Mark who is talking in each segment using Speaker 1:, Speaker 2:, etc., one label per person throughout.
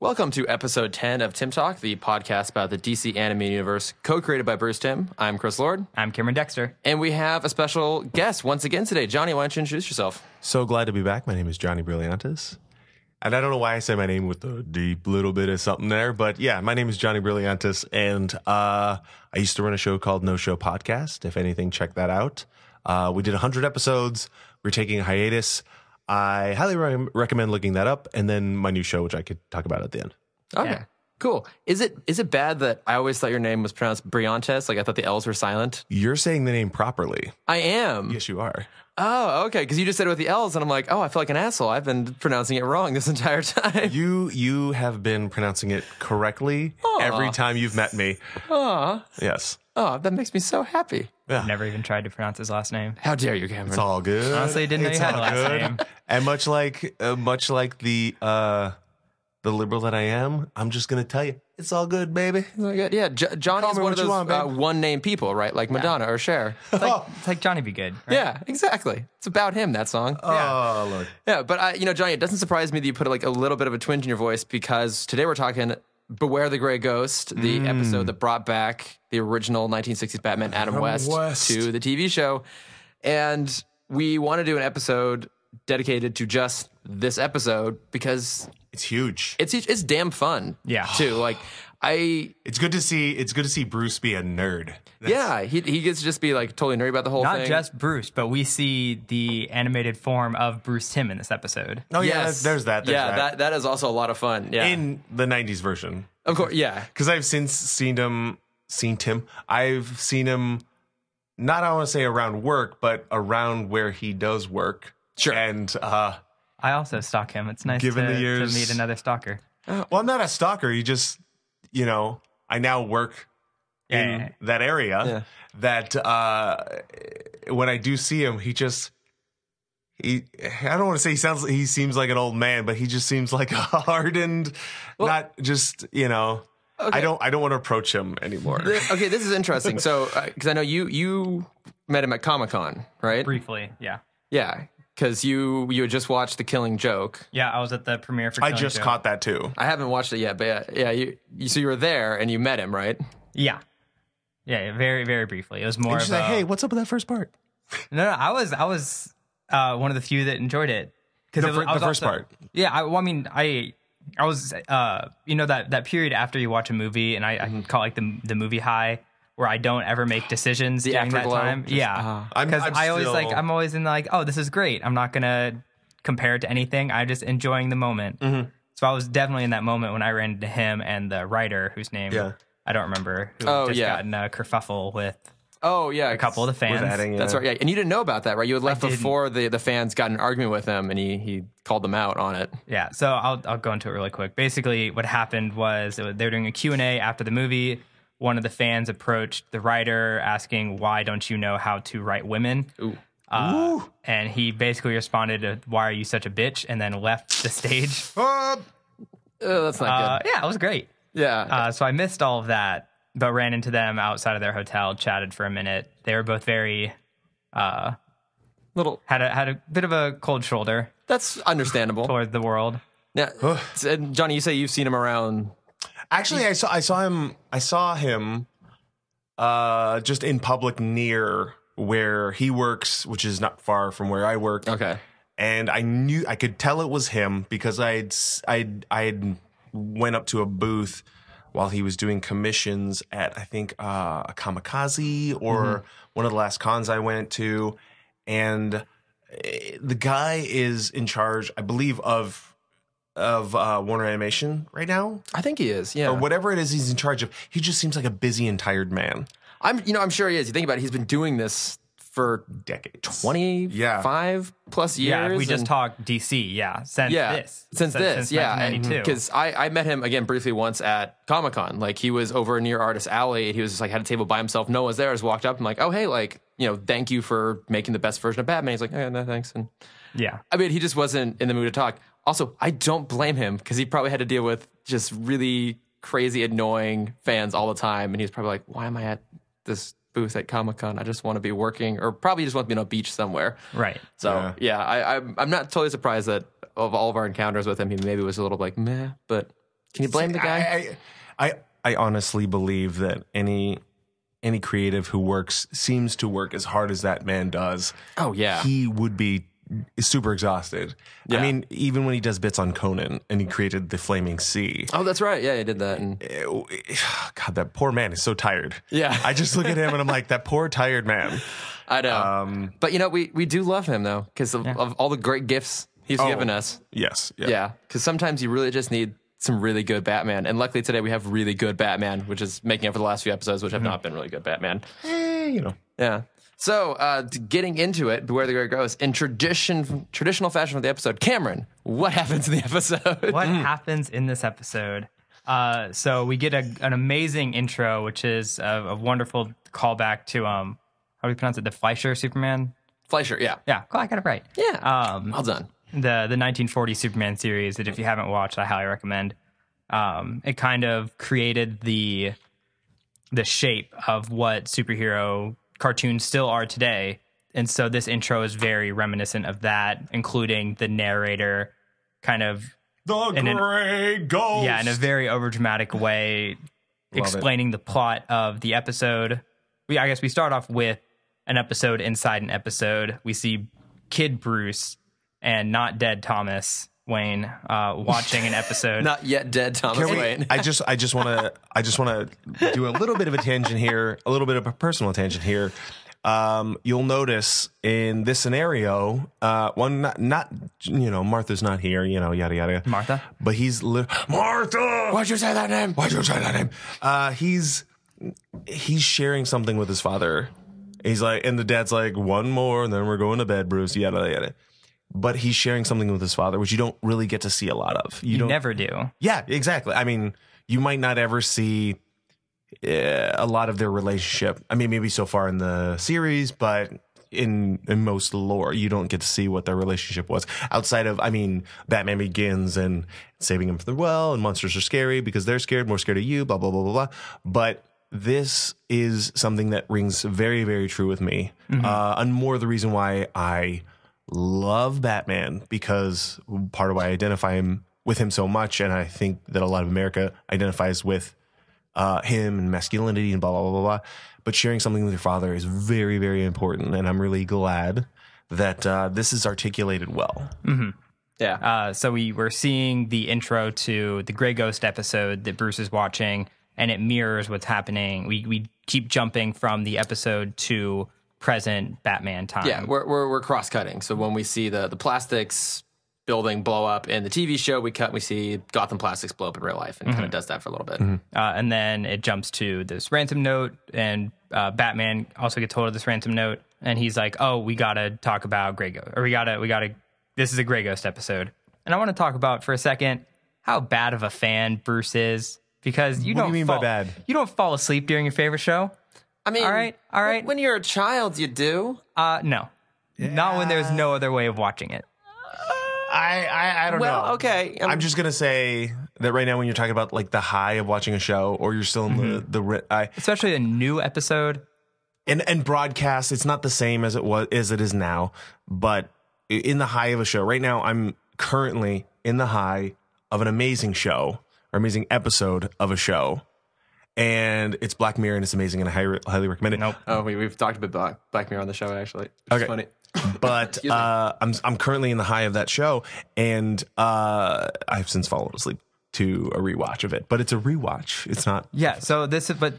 Speaker 1: Welcome to episode 10 of Tim Talk, the podcast about the DC anime universe, co created by Bruce Tim. I'm Chris Lord,
Speaker 2: I'm Cameron Dexter.
Speaker 1: and we have a special guest once again today. Johnny, why don't you introduce yourself?
Speaker 3: So glad to be back. My name is Johnny Brilliantes. And I don't know why I say my name with a deep little bit of something there, but yeah, my name is Johnny Brilliantes. And uh, I used to run a show called No Show Podcast. If anything, check that out. Uh, we did 100 episodes. We're taking a hiatus. I highly re- recommend looking that up. And then my new show, which I could talk about at the end.
Speaker 1: Okay.
Speaker 2: Yeah.
Speaker 1: Cool. Is it is it bad that I always thought your name was pronounced Briantes? Like I thought the L's were silent.
Speaker 3: You're saying the name properly.
Speaker 1: I am.
Speaker 3: Yes, you are.
Speaker 1: Oh, okay. Because you just said it with the L's, and I'm like, oh, I feel like an asshole. I've been pronouncing it wrong this entire time.
Speaker 3: You you have been pronouncing it correctly every time you've met me.
Speaker 1: Aw.
Speaker 3: Yes.
Speaker 1: Oh, that makes me so happy.
Speaker 3: Yeah.
Speaker 2: Never even tried to pronounce his last name.
Speaker 1: How dare you, Cameron?
Speaker 3: It's all good.
Speaker 2: Honestly, I didn't know
Speaker 3: It's
Speaker 2: you had a
Speaker 3: all
Speaker 2: last
Speaker 3: good.
Speaker 2: name.
Speaker 3: And much like uh, much like the uh, the liberal that I am, I'm just gonna tell you, it's all good, baby.
Speaker 1: It's all good. Yeah, J- Johnny
Speaker 3: Call
Speaker 1: is
Speaker 3: me
Speaker 1: one of
Speaker 3: what you
Speaker 1: those
Speaker 3: want,
Speaker 1: uh,
Speaker 3: babe.
Speaker 1: one-name people, right? Like Madonna or Cher.
Speaker 2: It's like, it's like Johnny Be Good. right?
Speaker 1: yeah, exactly. It's about him that song.
Speaker 3: Oh, look.
Speaker 1: Yeah, but I, you know, Johnny, it doesn't surprise me that you put like a little bit of a twinge in your voice because today we're talking "Beware the Gray Ghost," the
Speaker 3: Mm.
Speaker 1: episode that brought back the original 1960s Batman Adam West,
Speaker 3: West.
Speaker 1: to the TV show, and we want to do an episode dedicated to just this episode because
Speaker 3: It's huge.
Speaker 1: it's it's damn fun.
Speaker 2: Yeah.
Speaker 1: too. Like I,
Speaker 3: It's good to see. It's good to see Bruce be a nerd.
Speaker 1: yeah, he he gets to just be like totally nerdy about the whole
Speaker 2: Not
Speaker 1: thing.
Speaker 2: just Bruce, but we see the animated form of Bruce Tim in this episode.
Speaker 3: Oh yeah. that- There's that. There's
Speaker 1: yeah,
Speaker 3: that.
Speaker 1: that is also a lot of fun. Yeah,
Speaker 3: In the '90s version,
Speaker 1: of course. Yeah,
Speaker 3: because I've since seen him, seen Tim. I've seen him, not I want to say around work, but around where he does work.
Speaker 1: Sure.
Speaker 3: And uh,
Speaker 2: I also stalk him. It's nice
Speaker 3: Given
Speaker 2: to,
Speaker 3: the
Speaker 2: to
Speaker 3: years-
Speaker 2: meet another stalker.
Speaker 3: Well, I'm not a stalker. You just, you know, I now work
Speaker 2: Yeah,
Speaker 3: in
Speaker 2: yeah, yeah.
Speaker 3: that area.
Speaker 1: Yeah.
Speaker 3: That uh, when I do see him, he just. He, I don't want to say he sounds. He seems like an old man, but he just seems like a hardened, not just you know. I don't. I don't want to approach him anymore.
Speaker 1: Th- okay, this is interesting. So, because I know you you met him at Comic Con, right?
Speaker 2: Briefly, yeah.
Speaker 1: Yeah, because you you had just watched The Killing Joke.
Speaker 2: Yeah, I was at the premiere for
Speaker 3: I
Speaker 2: Killing
Speaker 3: just
Speaker 2: Joke.
Speaker 3: caught that too.
Speaker 1: I haven't watched it yet, but yeah, yeah you, you so you were there and you met him, right?
Speaker 2: Yeah. Yeah, yeah, very, very briefly. It was more
Speaker 3: And
Speaker 2: of
Speaker 3: she's
Speaker 2: a,
Speaker 3: like, "Hey, what's up with that first part?"
Speaker 2: No, no, I was I was uh, one of the few that enjoyed it because
Speaker 3: The fir- the first part.
Speaker 2: Yeah, I, well, I mean, I I was uh, you know that that period after you watch a movie, and I, I
Speaker 3: Mm-hmm.
Speaker 2: call it like the the movie high, where I don't ever make decisions during that
Speaker 1: afterglow,
Speaker 2: time.
Speaker 1: just,
Speaker 2: yeah,
Speaker 3: I'm-
Speaker 2: because
Speaker 3: I'm
Speaker 2: I always
Speaker 3: still-
Speaker 2: like I'm always in like oh this is great. I'm not gonna compare it to anything. I'm just enjoying the moment.
Speaker 3: Mm-hmm.
Speaker 2: So I was definitely in that moment when I ran into him and the writer whose name
Speaker 3: Yeah.
Speaker 2: I don't remember who
Speaker 1: Oh,
Speaker 2: just
Speaker 1: yeah.
Speaker 2: gotten a kerfuffle with
Speaker 1: Oh yeah,
Speaker 2: a couple of the fans.
Speaker 3: adding
Speaker 1: That's
Speaker 3: Yeah.
Speaker 1: right. Yeah, and you didn't know about that, right? You had left
Speaker 2: didn't.
Speaker 1: before the the fans got in an argument with him, and he he called them out on it.
Speaker 2: Yeah, so I'll I'll go into it really quick. Basically, what happened was it was- they were doing a Q and A after the movie. One of the fans approached the writer asking, "Why don't you know how to write women?"
Speaker 1: Ooh.
Speaker 2: Uh, and he basically responded, to, "Why are you such a bitch?" and then left the stage.
Speaker 3: Uh,
Speaker 1: Oh, that's not
Speaker 2: Uh,
Speaker 1: good.
Speaker 2: yeah, it was great.
Speaker 1: Yeah,
Speaker 2: Uh, so I missed all of that, but ran into them outside of their hotel, chatted for a minute. They were both very uh,
Speaker 1: little.
Speaker 2: had a had a bit of a cold shoulder
Speaker 1: That's understandable.
Speaker 2: toward the world.
Speaker 1: Now, and Johnny, you say you've seen him around.
Speaker 3: Actually, I saw I saw him I saw him uh just in public near where he works, which is not far from where I work.
Speaker 1: Okay.
Speaker 3: And I knew I could tell it was him because I'd s- I'd I'd went up to a booth while he was doing commissions at I think uh a kamikaze or one of the last cons I went to and eh, the guy is in charge, I believe of of uh, Warner Animation right now
Speaker 1: I think he is. Yeah.
Speaker 3: or whatever it is he's in charge of. He just seems like a busy and tired man.
Speaker 1: I'm you know I'm sure he is. You think about it, he's been doing this for
Speaker 3: Decades.
Speaker 1: 25 plus years.
Speaker 2: Yeah, we just
Speaker 1: and-
Speaker 2: talked DC. Yeah, since
Speaker 1: yeah,
Speaker 2: this,
Speaker 1: Since this, yeah.
Speaker 2: ninety two.
Speaker 1: Because I, I met him again briefly once at Comic Con. Like he was over near Artist Alley and he was just like had a table by himself. No one's there. I just walked up and like, oh hey, like, you know, thank you for making the best version of Batman. He's like, eh, no thanks. And
Speaker 2: Yeah,
Speaker 1: I mean, he just wasn't in the mood to talk. Also, I don't blame him because he probably had to deal with just really crazy, annoying fans all the time. And he was probably like, why am I at this booth at Comic Con? I just want to be working or probably just want to be on a beach somewhere.
Speaker 2: right.
Speaker 1: So, yeah,
Speaker 3: Yeah.
Speaker 1: I, I'm, I'm not totally surprised that of all of our encounters with him, he maybe was a little like, meh, but Can you blame the guy?
Speaker 3: I, I, I, I honestly believe that any any creative who works seems to work as hard as that man does.
Speaker 1: oh yeah.
Speaker 3: He would be super exhausted.
Speaker 1: Yeah.
Speaker 3: I mean, even when he does bits on Conan and he created the Flaming Sea.
Speaker 1: oh, that's right. Yeah, he did that. And
Speaker 3: Ew, God, that poor man is so tired.
Speaker 1: Yeah.
Speaker 3: I just look at him and I'm like, that poor tired man.
Speaker 1: I know.
Speaker 3: Um,
Speaker 1: but you know, we we do love him though because of, of all the great gifts he's
Speaker 3: Oh.
Speaker 1: given us.
Speaker 3: Yes.
Speaker 1: Yeah, because sometimes you really just need some really good Batman, and luckily today we have really good Batman, which is making up for the last few episodes, which
Speaker 3: Mm-hmm.
Speaker 1: have not been really good Batman.
Speaker 3: Eh, you know.
Speaker 1: Yeah. So, uh, t- getting into it, beware the Great Ghost. In tradition, traditional fashion for the episode, Cameron, what happens in the episode?
Speaker 2: what happens in this episode? Uh, so we get a, an amazing intro, which is a, a wonderful callback to um, how do we pronounce it? The Fleischer Superman.
Speaker 1: Fleischer, yeah,
Speaker 2: Yeah, cool, I got it right.
Speaker 1: yeah,
Speaker 2: Um,
Speaker 1: well done.
Speaker 2: the the 1940 Superman series that if you haven't watched, I highly recommend. Um, it kind of created the the shape of what superhero cartoons still are today, and so this intro is very reminiscent of that, including the narrator kind of
Speaker 3: The
Speaker 2: And in-
Speaker 3: Grey Ghost.
Speaker 2: yeah in a very overdramatic way explaining the plot of the episode we i guess we start off with an episode inside an episode we see kid bruce and not dead thomas wayne uh, watching an episode
Speaker 1: Not yet dead, Thomas
Speaker 3: Can we-
Speaker 1: Wayne.
Speaker 3: I just I just want to I just want to do a little bit of a tangent here, a little bit of a personal tangent here. Um, you'll notice in this scenario, uh, one not, not you know Martha's not here, you know yada yada.
Speaker 2: Martha?
Speaker 3: but he's li- Martha. Why'd you say that name? Why'd you say that name? Uh, he's he's sharing something with his father. He's like, and the dad's like, one more, and then we're going to bed, Bruce. Yada yada. But he's sharing something with his father, which you don't really get to see a lot of. You,
Speaker 2: you
Speaker 3: don't
Speaker 2: never do
Speaker 3: yeah, exactly. I mean, you might not ever see uh, a lot of their relationship. I mean, maybe so far in the series, but in in most lore, you don't get to see what their relationship was outside of. I mean, Batman Begins and saving him from the well, and monsters are scary because they're scared, more scared of you, blah blah blah blah blah. But this is something that rings very very true with me, uh, and more the reason why I love Batman because part of why I identify him with him so much, and I think that a lot of America identifies with uh, him and masculinity and blah blah blah blah. blah. But sharing something with your father is very very important, and I'm really glad that uh, this is articulated well.
Speaker 1: yeah,
Speaker 2: Uh, so we were seeing the intro to the Grey Ghost episode that Bruce is watching, and it mirrors what's happening. We we keep jumping from the episode to present Batman time.
Speaker 1: Yeah, we're we're, we're cross cutting. So when we see the the plastics building blow up in the TV show, we cut and we see Gotham plastics blow up in real life, and kind of does that for a little bit.
Speaker 2: Uh, and then it jumps to this ransom note, and uh, Batman also gets hold of this ransom note, and he's like, "Oh, we gotta talk about Grey Ghost, or we gotta, we gotta. This is a Grey Ghost episode, and I want to talk about for a second how bad of a fan Bruce is because you
Speaker 3: What do
Speaker 2: don't
Speaker 3: you mean by
Speaker 2: fall-
Speaker 3: bad?
Speaker 2: You don't fall asleep during your favorite show.
Speaker 1: I mean,
Speaker 2: All right, all
Speaker 1: w-
Speaker 2: right.
Speaker 1: When you're a child, you do.
Speaker 2: Uh, no, not when there's no other way of watching it.
Speaker 3: I I, I don't
Speaker 1: Well,
Speaker 3: know.
Speaker 1: okay, um,
Speaker 3: I'm just gonna say that right now, when you're talking about like the high of watching a show, or you're still in the the ri- I,
Speaker 2: Especially a new episode.
Speaker 3: and and broadcast it's not the same as it was as it is now but i- in the high of a show right now i'm currently in the high of an amazing show or amazing episode of a show and it's black mirror and it's amazing and i highly, highly recommend it
Speaker 2: Nope.
Speaker 1: Oh, we we've talked about Black, Black Mirror on the show actually. It's
Speaker 3: Okay.
Speaker 1: funny.
Speaker 3: but uh, I'm I'm currently in the high of that show, and uh, I've since fallen asleep to a rewatch of it. But it's a rewatch; it's not.
Speaker 2: Yeah. So this is, but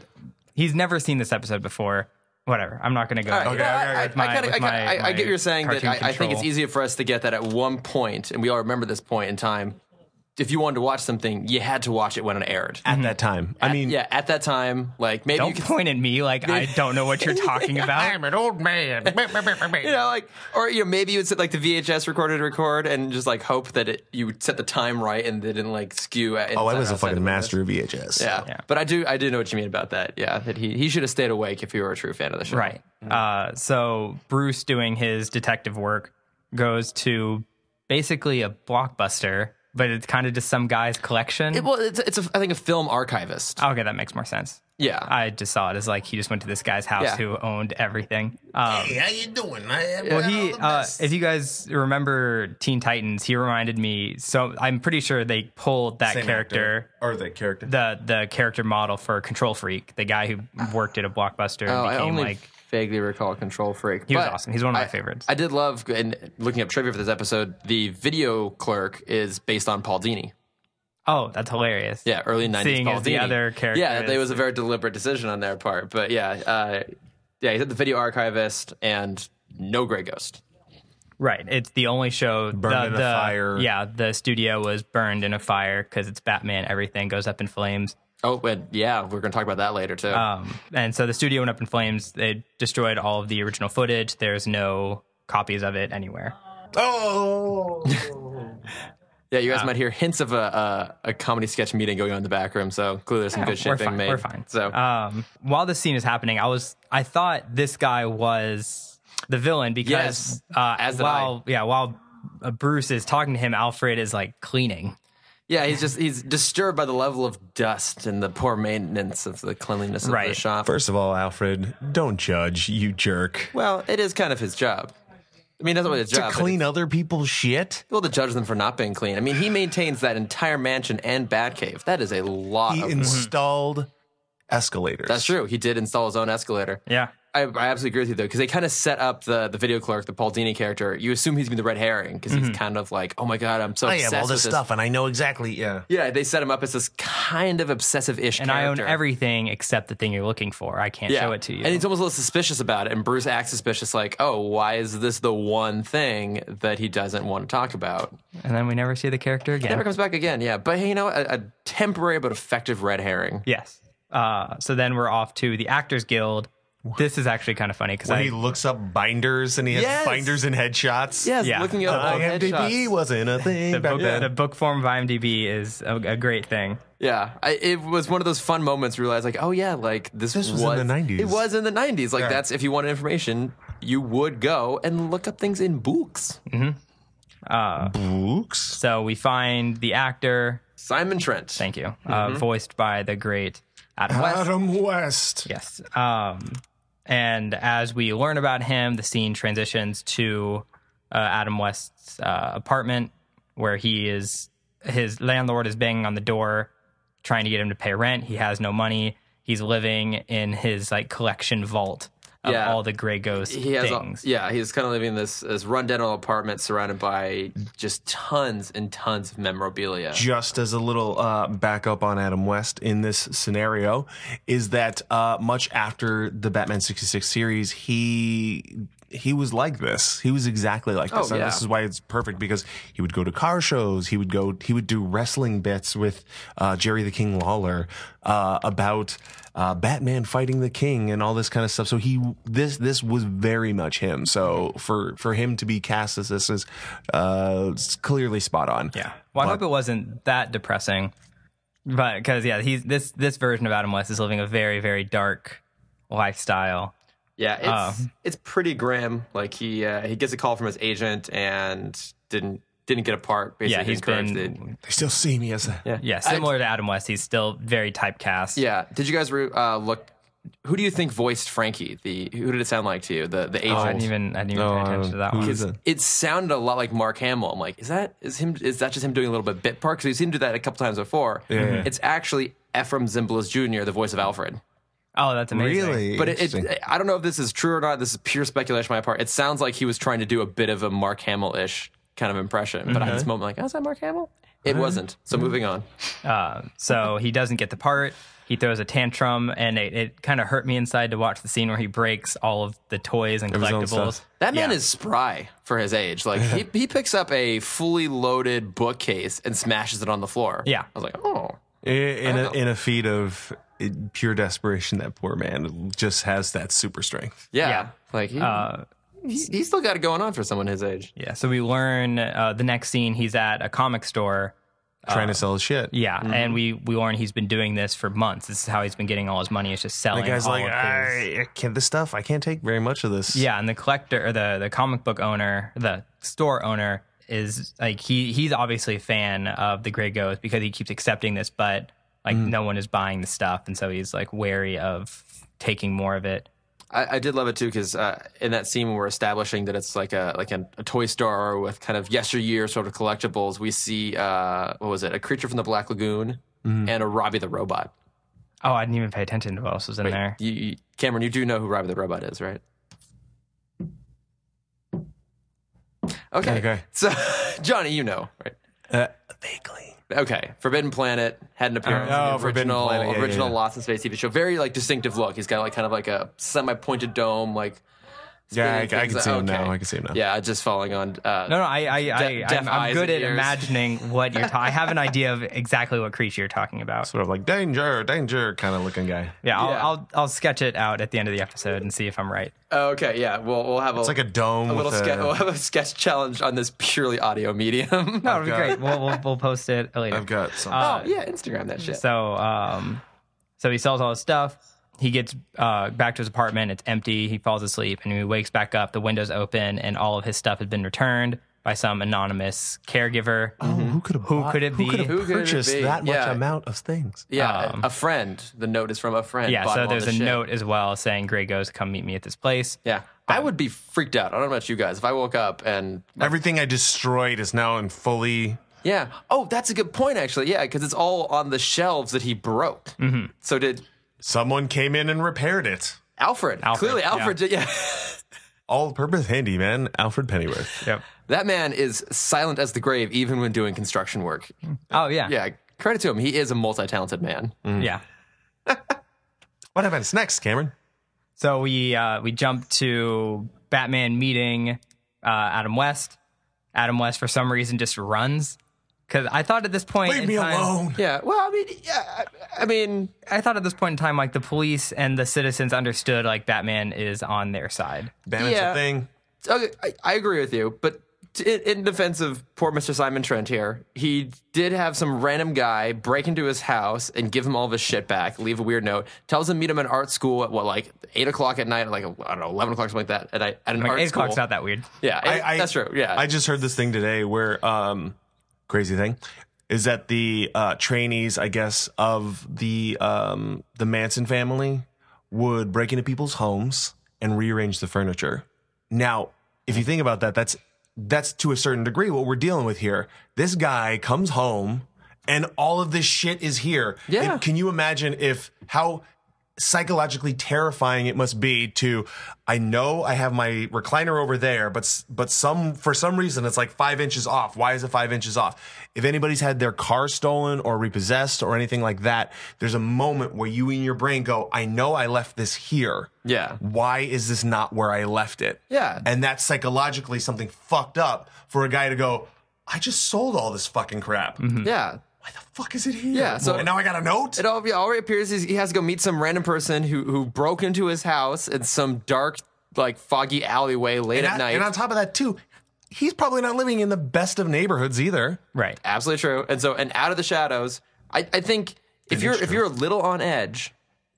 Speaker 2: he's never seen this episode before. Whatever. I'm not gonna go.
Speaker 1: All right, no, I- I-
Speaker 2: With my-
Speaker 1: I kinda-
Speaker 2: with
Speaker 1: I kinda-
Speaker 2: my-
Speaker 1: I- I get what
Speaker 2: my
Speaker 1: you're saying that
Speaker 2: cartoon
Speaker 1: I, I think it's
Speaker 2: control.
Speaker 1: easier for us to get that at one point, and we all remember this point in time. If you wanted to watch something, you had to watch it when it aired.
Speaker 2: Mm-hmm.
Speaker 3: At that time, I mean,
Speaker 1: yeah, at that time, like maybe you
Speaker 2: Don't
Speaker 1: could
Speaker 2: point at me like I don't know what you're talking about.
Speaker 4: I'm an old man.
Speaker 1: you know, like, or you know, maybe you would set like the VHS recorder to record, and just like hope that it you would set the time right and they didn't like skew. at-
Speaker 3: oh, I
Speaker 1: inside
Speaker 3: was
Speaker 1: or
Speaker 3: a
Speaker 1: outside
Speaker 3: fucking
Speaker 1: of the
Speaker 3: master of VHS.
Speaker 1: list. Yeah.
Speaker 2: Yeah.
Speaker 1: but I do, I do know what you mean about that. Yeah, that he he should have stayed awake if he were a true fan of the show.
Speaker 2: Right. Uh, so Bruce, doing his detective work, goes to basically a blockbuster, but it's kind of just some guy's collection.
Speaker 1: It- well, it's it's a, I think a film archivist.
Speaker 2: okay, that makes more sense.
Speaker 1: Yeah.
Speaker 2: I just saw it as like he just went to this guy's house
Speaker 1: Yeah.
Speaker 2: who owned everything. Um,
Speaker 3: Hey, how you doing? I,
Speaker 2: well, he, uh, if you guys remember Teen Titans, he reminded me. So I'm pretty sure they pulled that character,
Speaker 3: or the character.
Speaker 2: the the character model for Control Freak, the guy who worked at a blockbuster
Speaker 1: Oh,
Speaker 2: and
Speaker 1: I
Speaker 2: became
Speaker 1: only
Speaker 2: like
Speaker 1: vaguely recall Control Freak.
Speaker 2: He was
Speaker 1: but
Speaker 2: awesome. He's one of my
Speaker 1: I-
Speaker 2: favorites.
Speaker 1: I did love, and looking up trivia for this episode, the video clerk is based on Paul Dini.
Speaker 2: oh, that's hilarious.
Speaker 1: Yeah, early nineties.
Speaker 2: Seeing
Speaker 1: Paul
Speaker 2: as the
Speaker 1: Dini.
Speaker 2: other character
Speaker 1: Yeah, that
Speaker 2: is-
Speaker 1: was a very deliberate decision on their part. But yeah, uh, yeah, he's at the video archivist and no Grey Ghost.
Speaker 2: Right. It's the only show
Speaker 3: Burned
Speaker 2: the,
Speaker 3: in a
Speaker 2: the-
Speaker 3: fire.
Speaker 2: Yeah, the studio was burned in a fire because it's Batman. Everything goes up in flames.
Speaker 1: Oh, and yeah, we're gonna talk about that later too.
Speaker 2: Um, and so the studio went up in flames. They destroyed all of the original footage. There's no copies of it anywhere.
Speaker 3: oh,
Speaker 1: yeah, you guys
Speaker 2: uh,
Speaker 1: might hear hints of a, a a comedy sketch meeting going on in the back room. So clearly, there's some good shit
Speaker 2: we're
Speaker 1: being
Speaker 2: fine.
Speaker 1: made.
Speaker 2: We're fine.
Speaker 1: So
Speaker 2: um, while this scene is happening, I was I thought this guy was the villain because
Speaker 1: Yes,
Speaker 2: uh,
Speaker 1: as did I.
Speaker 2: while yeah while uh, Bruce is talking to him, Alfred is like cleaning.
Speaker 1: yeah, he's just he's disturbed by the level of dust and the poor maintenance of the cleanliness of the
Speaker 2: Right.
Speaker 1: shop.
Speaker 3: first of all, Alfred, don't judge, you jerk.
Speaker 1: Well, it is kind of his job. I mean, that's what his job.
Speaker 3: to clean other people's shit.
Speaker 1: People to judge them for not being clean. I mean, he maintains that entire mansion and Batcave. That is a lot.
Speaker 3: He
Speaker 1: of
Speaker 3: installed escalators.
Speaker 1: Uh, That's true. He did install his own escalator.
Speaker 2: Yeah,
Speaker 1: I, I absolutely agree with you though, because they kind of set up the the video clerk, the Paul Dini character. You assume he's gonna be the red herring because
Speaker 2: Mm-hmm.
Speaker 1: he's kind of like, oh my god, I'm so
Speaker 3: I
Speaker 1: obsessed
Speaker 3: have all this
Speaker 1: with
Speaker 3: stuff, and I know exactly. Yeah.
Speaker 1: Yeah, they set him up as this kind of obsessive-ish
Speaker 2: and I own
Speaker 1: character.
Speaker 2: everything except the thing you're looking for. I can't show it to you.
Speaker 1: And he's almost a little suspicious about it. And Bruce acts suspicious, like, oh, why is this the one thing that he doesn't want to talk about?
Speaker 2: and then we never see the character again.
Speaker 1: Never comes back again. Yeah. But hey, you know, a, a temporary but effective red herring.
Speaker 2: Yes. Uh, so then we're off to the Actors Guild. This is actually kind of funny because
Speaker 3: When
Speaker 2: I
Speaker 3: he looks up binders and he has
Speaker 1: Yes.
Speaker 3: binders and headshots.
Speaker 1: Yes,
Speaker 2: Yeah.
Speaker 1: looking
Speaker 3: Uh,
Speaker 1: up all
Speaker 3: IMDb
Speaker 1: headshots.
Speaker 3: wasn't a thing
Speaker 2: the
Speaker 3: back
Speaker 2: book,
Speaker 3: then.
Speaker 2: the book form of IMDb is a, a great thing.
Speaker 1: Yeah, I, it was one of those fun moments. Where you realize, like, oh yeah, like this,
Speaker 3: This was in the 90s.
Speaker 1: It was in the nineties. Like that's if you wanted information, you would go and look up things in books.
Speaker 3: Books.
Speaker 2: So we find the actor.
Speaker 1: Simon Trent.
Speaker 2: Thank you. Uh,
Speaker 1: Mm-hmm.
Speaker 2: Voiced by the great Adam
Speaker 1: Uh-huh.
Speaker 2: West.
Speaker 3: Adam West.
Speaker 2: Yes. Um, and as we learn about him, the scene transitions to uh, Adam West's uh, apartment where he is, his landlord is banging on the door trying to get him to pay rent. He has no money. He's living in his like collection vault of
Speaker 1: Yeah.
Speaker 2: all the gray ghost
Speaker 1: he has, all,
Speaker 2: things.
Speaker 1: yeah, he's kind of living in this this rundown old apartment surrounded by just tons and tons of memorabilia.
Speaker 3: just as a little uh, backup on Adam West in this scenario, is that uh, much after the Batman sixty six series, he he was like this. He was exactly like this.
Speaker 1: Oh,
Speaker 3: and
Speaker 1: yeah.
Speaker 3: This is why it's perfect because he would go to car shows. He would go. He would do wrestling bits with uh, Jerry the King Lawler uh, about uh, Batman fighting the King and all this kind of stuff. So he this this was very much him. So for for him to be cast as this is uh, it's clearly spot on.
Speaker 2: Yeah. Well, I hope it wasn't that depressing, but because yeah, he's this this version of Adam West is living a very very dark lifestyle.
Speaker 1: Yeah, it's
Speaker 2: Uh.
Speaker 1: it's pretty grim. Like he uh, he gets a call from his agent and didn't didn't get a part. Basically,
Speaker 2: Yeah, he's
Speaker 1: encouraged it.
Speaker 2: been
Speaker 3: They still see me as a
Speaker 2: yeah similar to Adam West. He's still very typecast.
Speaker 1: Yeah. Did you guys re- uh, look? Who do you think voiced Frankie? The who did it sound like to you? The the
Speaker 3: Oh,
Speaker 2: I
Speaker 1: agent.
Speaker 2: didn't even I didn't even pay attention to that
Speaker 3: who
Speaker 2: one.
Speaker 3: is it?
Speaker 1: it sounded a lot like Mark Hamill. I'm like, is that is him? Is that just him doing a little bit bit part? Because we've seen him do that a couple times before.
Speaker 3: Yeah.
Speaker 1: It's actually Ephraim Zimbalist Jr., the voice of Alfred.
Speaker 2: Oh, that's amazing.
Speaker 3: Really?
Speaker 1: But it,
Speaker 3: Interesting.
Speaker 1: it, I don't know if this is true or not. This is pure speculation on my part. It sounds like he was trying to do a bit of a Mark Hamill ish kind of impression. But at this moment, like, oh, is that Mark Hamill? It wasn't. So moving on.
Speaker 2: Uh, so he doesn't get the part. He throws a tantrum, and it, it kind of hurt me inside to watch the scene where he breaks all of the toys and
Speaker 3: his own
Speaker 2: collectibles.
Speaker 3: stuff.
Speaker 1: That man
Speaker 2: Yeah.
Speaker 1: is spry for his age. Like he, he picks up a fully loaded bookcase and smashes it on the floor.
Speaker 2: Yeah.
Speaker 1: I was like, oh.
Speaker 3: in a, in a feat of uh, pure desperation, that poor man just has that super strength.
Speaker 1: Yeah.
Speaker 2: Yeah. Uh,
Speaker 1: Like he, he's, he's still got it going on for someone his age.
Speaker 2: Yeah. So we learn uh, the next scene. He's at a comic store.
Speaker 3: Trying
Speaker 1: Uh,
Speaker 3: to sell his shit.
Speaker 2: Yeah, and
Speaker 1: Mm-hmm.
Speaker 2: we we learn he's been doing this for months. This is how he's been getting all his money. It's just selling.
Speaker 3: The guy's
Speaker 2: all
Speaker 3: like,
Speaker 2: of his-
Speaker 3: I, I can't this stuff. I can't take very much of this.
Speaker 2: yeah, and the collector or the the comic book owner, the store owner is like he he's obviously a fan of the Grey Ghost because he keeps accepting this, but Like
Speaker 1: Mm-hmm.
Speaker 2: no one is buying the stuff, and so he's like wary of taking more of it.
Speaker 1: I, I did love it too because uh, in that scene when we're establishing that it's like a like an, a toy store with kind of yesteryear sort of collectibles, we see uh, what was it? A creature from the Black Lagoon
Speaker 2: Mm-hmm.
Speaker 1: and a Robbie the robot.
Speaker 2: Oh, I didn't even pay attention to what else was in there.
Speaker 1: You, you, Cameron, you do know who Robbie the robot is, right? Okay.
Speaker 3: Okay.
Speaker 1: So, Johnny, you know, right?
Speaker 3: Uh, vaguely.
Speaker 1: Okay, Forbidden Planet had an appearance
Speaker 3: Oh,
Speaker 1: in the
Speaker 3: Forbidden
Speaker 1: original
Speaker 3: Planet, yeah, yeah,
Speaker 1: original
Speaker 3: yeah.
Speaker 1: Lost in Space TV show. Very like distinctive look. He's got like kind of like a semi pointed dome. Like
Speaker 3: Yeah, I, I
Speaker 1: spinning
Speaker 3: can
Speaker 1: things.
Speaker 3: see him
Speaker 1: Okay.
Speaker 3: now. I can see him now.
Speaker 1: Yeah, just falling on. Uh,
Speaker 2: No, no, I, I, I
Speaker 1: deaf
Speaker 2: I'm, I'm
Speaker 1: eyes
Speaker 2: good at
Speaker 1: and ears.
Speaker 2: imagining what you're. Ta- I have an idea of exactly what creature you're talking about.
Speaker 3: Sort of like danger, danger kind of looking guy.
Speaker 2: Yeah, I'll,
Speaker 1: Yeah.
Speaker 2: I'll, I'll sketch it out at the end of the episode and see if I'm right.
Speaker 1: Okay, yeah, we'll we'll have a,
Speaker 3: It's like a dome.
Speaker 1: a little
Speaker 3: with
Speaker 1: sketch.
Speaker 3: a-
Speaker 1: We'll have a sketch challenge on this purely audio medium.
Speaker 2: No, it'll Oh, be
Speaker 3: got-
Speaker 2: great. We'll, we'll, we'll post it later.
Speaker 3: I've got some.
Speaker 1: oh yeah, Instagram that shit.
Speaker 2: So, um, so he sells all his stuff. He gets uh, back to his apartment. It's empty. He falls asleep, and he wakes back up. The window's open, and all of his stuff has been returned by some anonymous caregiver.
Speaker 3: Oh, who could have?
Speaker 2: Who bought- could it who be? could have
Speaker 1: Who could it be? Yeah.
Speaker 3: amount of things?
Speaker 1: yeah,
Speaker 2: um,
Speaker 1: a friend. The note is from a friend.
Speaker 2: Yeah.
Speaker 1: bought him
Speaker 2: So
Speaker 1: all
Speaker 2: there's a
Speaker 1: this shit.
Speaker 2: note as well saying, "Gray goes, come meet me at this place."
Speaker 1: Yeah, I would be freaked out. I don't know about you guys. If I woke up and
Speaker 3: Everything I destroyed is now in fully.
Speaker 1: yeah, oh, that's a good point actually. Yeah, because it's all on the shelves that he broke. Mm-hmm. So did
Speaker 3: Someone came in and repaired it.
Speaker 1: Alfred.
Speaker 2: Alfred,
Speaker 1: Clearly,
Speaker 2: yeah.
Speaker 1: Alfred. Did, yeah,
Speaker 3: All-purpose handyman Alfred Pennyworth.
Speaker 2: Yep.
Speaker 1: that man is silent as the grave, even when doing construction work.
Speaker 2: Oh yeah.
Speaker 1: Yeah, credit to him. He is a multi-talented man.
Speaker 2: Yeah.
Speaker 3: What happens next, Cameron?
Speaker 2: So we uh, we jump to Batman meeting uh, Adam West. Adam West for some reason just runs because I thought at this point in time-
Speaker 1: Yeah. Well, I mean, yeah, I, I mean,
Speaker 2: I thought at this point in time, like the police and the citizens understood, like Batman is on their side.
Speaker 3: Batman's
Speaker 1: Yeah.
Speaker 3: a thing.
Speaker 1: okay, I, I agree with you, but t- in, in defense of poor Mr. Simon Trent here, he did have some random guy break into his house and give him all of his shit back, leave a weird note, tells him meet him at art school at what, like eight o'clock at night, like I don't know, eleven o'clock, something like that, at, night- at an
Speaker 2: Like
Speaker 1: art
Speaker 2: eight
Speaker 1: school.
Speaker 2: o'clock's not that weird.
Speaker 1: yeah,
Speaker 3: I- I-
Speaker 1: that's true. Yeah,
Speaker 3: I just heard this thing today where um crazy thing is that the uh trainees, I guess, of the um the Manson family would break into people's homes and rearrange the furniture. Now, if you think about that, that's that's to a certain degree what we're dealing with here. This guy comes home and all of this shit is here.
Speaker 1: Yeah.
Speaker 3: And can you imagine if how psychologically terrifying it must be to I know I have my recliner over there, but s- but some for some reason it's like five inches off. Why is it five inches off? If anybody's had their car stolen or repossessed or anything like that, there's a moment where you in your brain go, I know I left this here.
Speaker 1: yeah.
Speaker 3: Why is this not where I left it?
Speaker 1: Yeah.
Speaker 3: And that's psychologically something fucked up for a guy to go, I just sold all this fucking crap.
Speaker 1: Yeah,
Speaker 3: Why the fuck is it here?
Speaker 1: Mm-hmm. Yeah, so-
Speaker 3: and now I got a note.
Speaker 1: It all- it already appears he's, he has to go meet some random person who who broke into his house in some dark, like foggy alleyway late
Speaker 3: and,
Speaker 1: at
Speaker 3: on-
Speaker 1: night.
Speaker 3: and on top of that, too, he's probably not living in the best of neighborhoods either.
Speaker 2: Right.
Speaker 1: Absolutely true. And so, and out of the shadows, I, I think if you're if you're a little on edge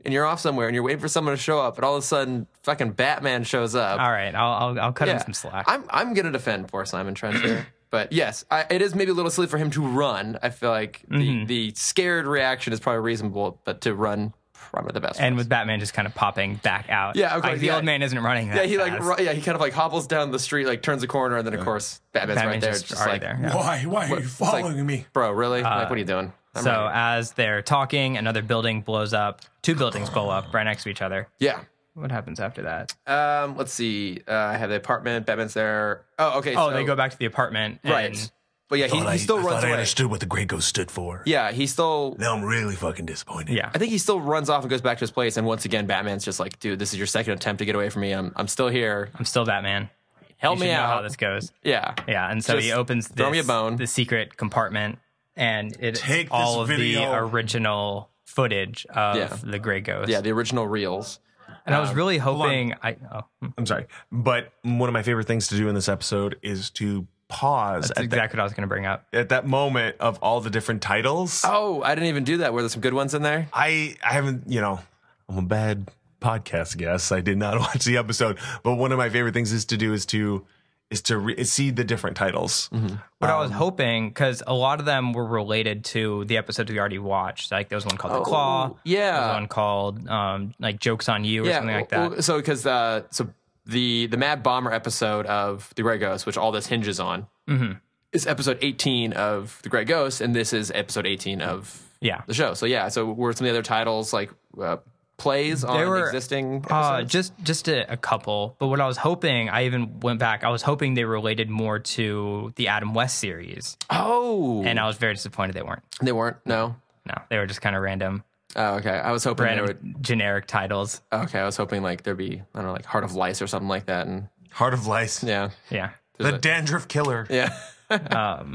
Speaker 1: and you're off somewhere and you're waiting for someone to show up, and all of a sudden, fucking Batman shows up.
Speaker 2: All right. I'll I'll, I'll cut him
Speaker 1: yeah.
Speaker 2: some slack.
Speaker 1: I'm I'm gonna defend poor Simon Trent here. But yes, I, it is maybe a little silly for him to run. I feel like the,
Speaker 2: Mm-hmm.
Speaker 1: the scared reaction is probably reasonable, but to run probably the best. for
Speaker 2: and
Speaker 1: us.
Speaker 2: with Batman just kind of popping back out.
Speaker 1: Yeah, of
Speaker 2: Like,
Speaker 1: course,
Speaker 2: the
Speaker 1: yeah.
Speaker 2: old man isn't running. That
Speaker 1: yeah, he like
Speaker 2: fast.
Speaker 1: ru- yeah he kind of like hobbles down the street, like turns a corner, and then of course Batman's,
Speaker 2: Batman's
Speaker 1: right there,
Speaker 2: just
Speaker 1: just,
Speaker 2: already
Speaker 1: like,
Speaker 2: there. yeah.
Speaker 3: Why? Why are you
Speaker 1: It's like, bro? Really? like, what are you doing? I'm
Speaker 2: So
Speaker 1: right here.
Speaker 2: as they're talking, another building blows up. Two buildings blow up right next to each other.
Speaker 1: yeah.
Speaker 2: What happens after that?
Speaker 1: Um, let's see. Uh, I have the apartment. Batman's there. Oh, okay.
Speaker 2: Oh,
Speaker 1: so,
Speaker 2: they go back to the apartment. and-
Speaker 1: right. But yeah, he, he still runs away.
Speaker 3: what the Grey Ghost stood for.
Speaker 1: Yeah, he still.
Speaker 3: Now I'm really fucking disappointed.
Speaker 2: yeah.
Speaker 1: I think he still runs off and goes back to his place. And once again, Batman's just like, "Dude, this is your second attempt to get away from me. I'm I'm still here.
Speaker 2: I'm still Batman.
Speaker 1: Help
Speaker 2: You
Speaker 1: me
Speaker 2: should know
Speaker 1: out."
Speaker 2: how this goes.
Speaker 1: yeah.
Speaker 2: Yeah, and so he
Speaker 1: Oh, Just
Speaker 2: opens this,
Speaker 1: throw me a bone.
Speaker 2: the secret compartment, and it
Speaker 3: Take
Speaker 2: all of
Speaker 3: this video.
Speaker 2: the original footage of
Speaker 1: Yeah.
Speaker 2: the Gray Ghost.
Speaker 1: Yeah, the uh, original reels.
Speaker 2: and I was really hoping I oh, hmm,
Speaker 3: I'm sorry. But one of my favorite things to do in this episode is to pause
Speaker 2: that's
Speaker 3: at, that,
Speaker 2: exactly what I was going to bring up.
Speaker 3: at that moment of all the different titles.
Speaker 1: Oh, I didn't even do that. Were there some good ones in there?
Speaker 3: I I haven't, you know, I'm a bad podcast guest. I did not watch the episode, but one of my favorite things is to do is to is to re- see the different titles.
Speaker 2: What I was
Speaker 1: Um,
Speaker 2: hoping, because a lot of them were related to the episodes we already watched. Like there was one called The Claw.
Speaker 1: Oh, yeah.
Speaker 2: There was one called um, like Jokes on You or something like
Speaker 1: well,
Speaker 2: that.
Speaker 1: well, So because uh, so the the Mad Bomber episode of the Grey Ghost, which all this hinges on,
Speaker 2: Mm-hmm.
Speaker 1: is episode eighteen of the Grey Ghost, and this is episode eighteen of
Speaker 2: yeah.
Speaker 1: the show. So yeah, so were some of the other titles like uh, plays on
Speaker 2: were,
Speaker 1: existing
Speaker 2: Uh,
Speaker 1: episodes?
Speaker 2: just just a, a couple. But what I was hoping, I even went back. I was hoping they related more to the Adam West series,
Speaker 1: oh,
Speaker 2: and I was very disappointed they weren't.
Speaker 1: they weren't. No.
Speaker 2: No, they were just kind of random,
Speaker 1: Oh, okay. I was hoping there would.
Speaker 2: random generic titles.
Speaker 1: Okay, I was hoping like there'd be I don't know like Heart of Lice or something like that, and
Speaker 3: Heart of Lice,
Speaker 1: yeah,
Speaker 2: Yeah. um,
Speaker 3: the Dandruff Killer.
Speaker 1: yeah.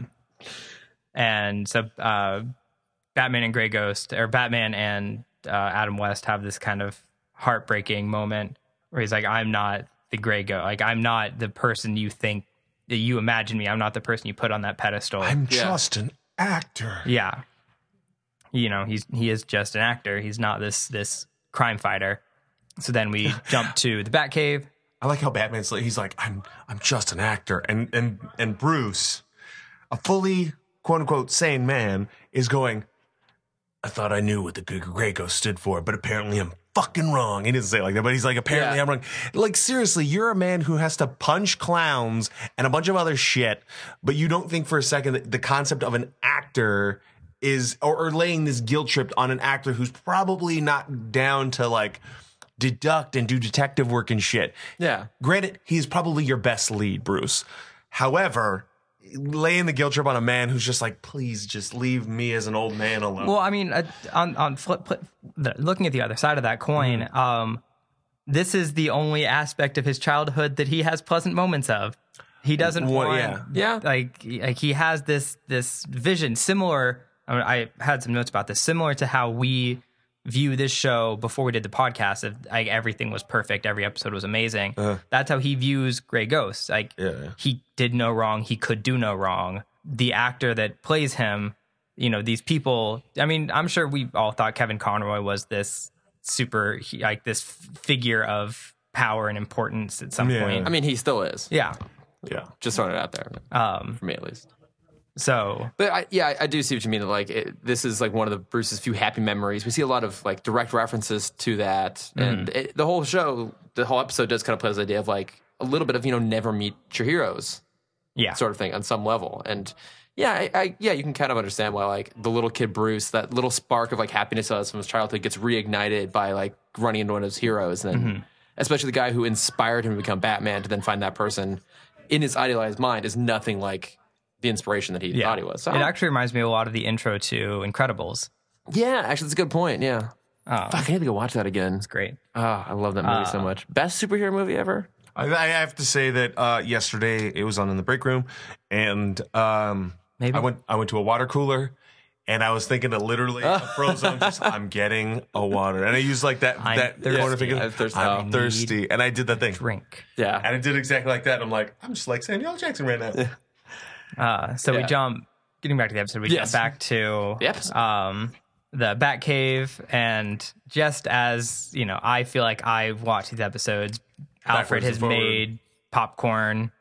Speaker 2: and so uh, Batman and Grey Ghost, or Batman and uh, Adam West, have this kind of heartbreaking moment where he's like, "I'm not the Grey Ghost. Like, I'm not the person you think that you imagine me. I'm not the person you put on that pedestal."
Speaker 3: I'm
Speaker 1: Yeah.
Speaker 3: just an actor.
Speaker 2: yeah, you know, he's he is just an actor. He's not this this crime fighter. So then we jump to the Batcave.
Speaker 3: I like how Batman's like he's like I'm I'm just an actor, and and and Bruce, a fully quote unquote sane man, is going. I thought I knew what the G- Grey Ghost stood for, but apparently I'm fucking wrong. He doesn't say it like that, but he's like, apparently
Speaker 1: Yeah.
Speaker 3: I'm wrong. Like seriously, you're a man who has to punch clowns and a bunch of other shit, but you don't think for a second that the concept of an actor is or, or laying this guilt trip on an actor who's probably not down to like deduct and do detective work and shit.
Speaker 1: Yeah.
Speaker 3: Granted, he's probably your best lead, Bruce. However, laying the guilt trip on a man who's just like, please just leave me as an old man alone.
Speaker 2: Well, I mean, uh, on on flip, flip, the, looking at the other side of that coin,
Speaker 3: Mm-hmm.
Speaker 2: um, this is the only aspect of his childhood that he has pleasant moments of. He doesn't
Speaker 3: Well,
Speaker 2: want,
Speaker 3: yeah.
Speaker 1: Yeah.
Speaker 2: like like he has this this vision similar. I, mean, I had some notes about this, similar to how we view this show before we did the podcast. Of like everything was perfect, every episode was amazing.
Speaker 3: Uh-huh.
Speaker 2: That's how he views Gray Ghost. Like
Speaker 3: yeah.
Speaker 2: he did no wrong, he could do no wrong. The actor that plays him, you know, these people. I mean, I'm sure we all thought Kevin Conroy was this super he- like this f- figure of power and importance at some
Speaker 3: Yeah.
Speaker 2: point.
Speaker 1: I mean, he still is.
Speaker 2: yeah.
Speaker 3: yeah.
Speaker 1: Just throwing it out there
Speaker 2: Um,
Speaker 1: for me at least.
Speaker 2: so
Speaker 1: But I, yeah, I- I do see what you mean. Like it, this is like one of the Bruce's few happy memories. We see a lot of like direct references to that, and it, the whole show, the whole episode does kind of play this idea of like a little bit of you know never meet your heroes
Speaker 2: yeah.
Speaker 1: sort of thing on some level. And yeah, I, I, yeah, you can kind of understand why like the little kid Bruce, that little spark of like happiness that was from his childhood gets reignited by like running into one of his heroes, and then especially the guy who inspired him to become Batman to then find that person in his idealized mind is nothing like. The inspiration that he
Speaker 2: yeah.
Speaker 1: thought he was. So,
Speaker 2: It actually reminds me a lot of the intro to Incredibles.
Speaker 1: Yeah, actually, that's a good point. Yeah.
Speaker 2: Oh.
Speaker 1: Fuck, I need to go watch that again.
Speaker 2: Great.
Speaker 1: Oh, I love that movie
Speaker 3: Uh.
Speaker 1: so much. Best superhero movie ever?
Speaker 3: I, I have to say that uh, yesterday it was on in the break room, and um,
Speaker 2: Maybe.
Speaker 3: I went I went to a water cooler, and I was thinking that literally a frozen. Just, I'm getting a water, and I used like that
Speaker 2: I'm
Speaker 3: that corner
Speaker 2: thirsty.
Speaker 3: finger.
Speaker 1: I'm thirsty. I
Speaker 3: I'm
Speaker 1: need
Speaker 3: thirsty, and I did that thing,
Speaker 2: Drink.
Speaker 1: Yeah.
Speaker 3: and I did exactly like that. I'm like, I'm just like Samuel L. Jackson right now.
Speaker 2: Uh, so we
Speaker 1: Yeah.
Speaker 2: jump, getting back to the episode, we
Speaker 1: Yes.
Speaker 2: jump back to
Speaker 1: The episode.
Speaker 2: um, the Batcave. And just as, you know, I feel like I've watched these episodes, Alfred
Speaker 3: Backwards and
Speaker 2: has
Speaker 3: forward.
Speaker 2: made popcorn.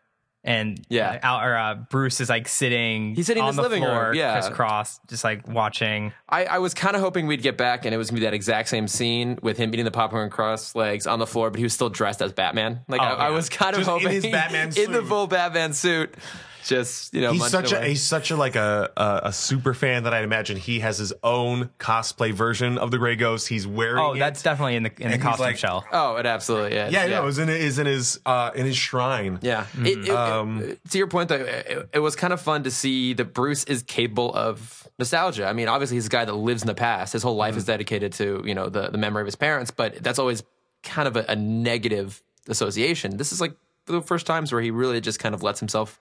Speaker 2: And
Speaker 1: Yeah.
Speaker 2: Al, or, uh, Bruce is like sitting.
Speaker 1: He's sitting in
Speaker 2: on
Speaker 1: his
Speaker 2: the
Speaker 1: living room,
Speaker 2: floor,
Speaker 1: yeah.
Speaker 2: crisscross, just like watching.
Speaker 1: I, I was kind of hoping we'd get back and it was going to be that exact same scene with him eating the popcorn cross legs on the floor, but he was still dressed as Batman. Like, I, I
Speaker 3: Oh, yeah.
Speaker 1: was kind of
Speaker 3: Just in
Speaker 1: hoping
Speaker 3: his Batman
Speaker 1: in the
Speaker 3: suit.
Speaker 1: full Batman suit. Just, you know,
Speaker 3: He's
Speaker 1: munching
Speaker 3: such a
Speaker 1: away.
Speaker 3: he's such a like a, a a super fan that I imagine he has his own cosplay version of the Grey Ghost. He's wearing
Speaker 2: Oh,
Speaker 3: it.
Speaker 2: that's definitely in the in the
Speaker 3: And he's
Speaker 2: costume
Speaker 3: like-
Speaker 2: shell.
Speaker 1: Oh, it absolutely is.
Speaker 3: yeah, yeah. No, it was in is in his uh in his shrine.
Speaker 1: Yeah. It- it- it- to your point, though, it, it was kind of fun to see that Bruce is capable of nostalgia. I mean, obviously, he's a guy that lives in the past. His whole life
Speaker 3: Mm-hmm.
Speaker 1: is dedicated to you know the the memory of his parents, but that's always kind of a, a negative association. This is like the first times where he really just kind of lets himself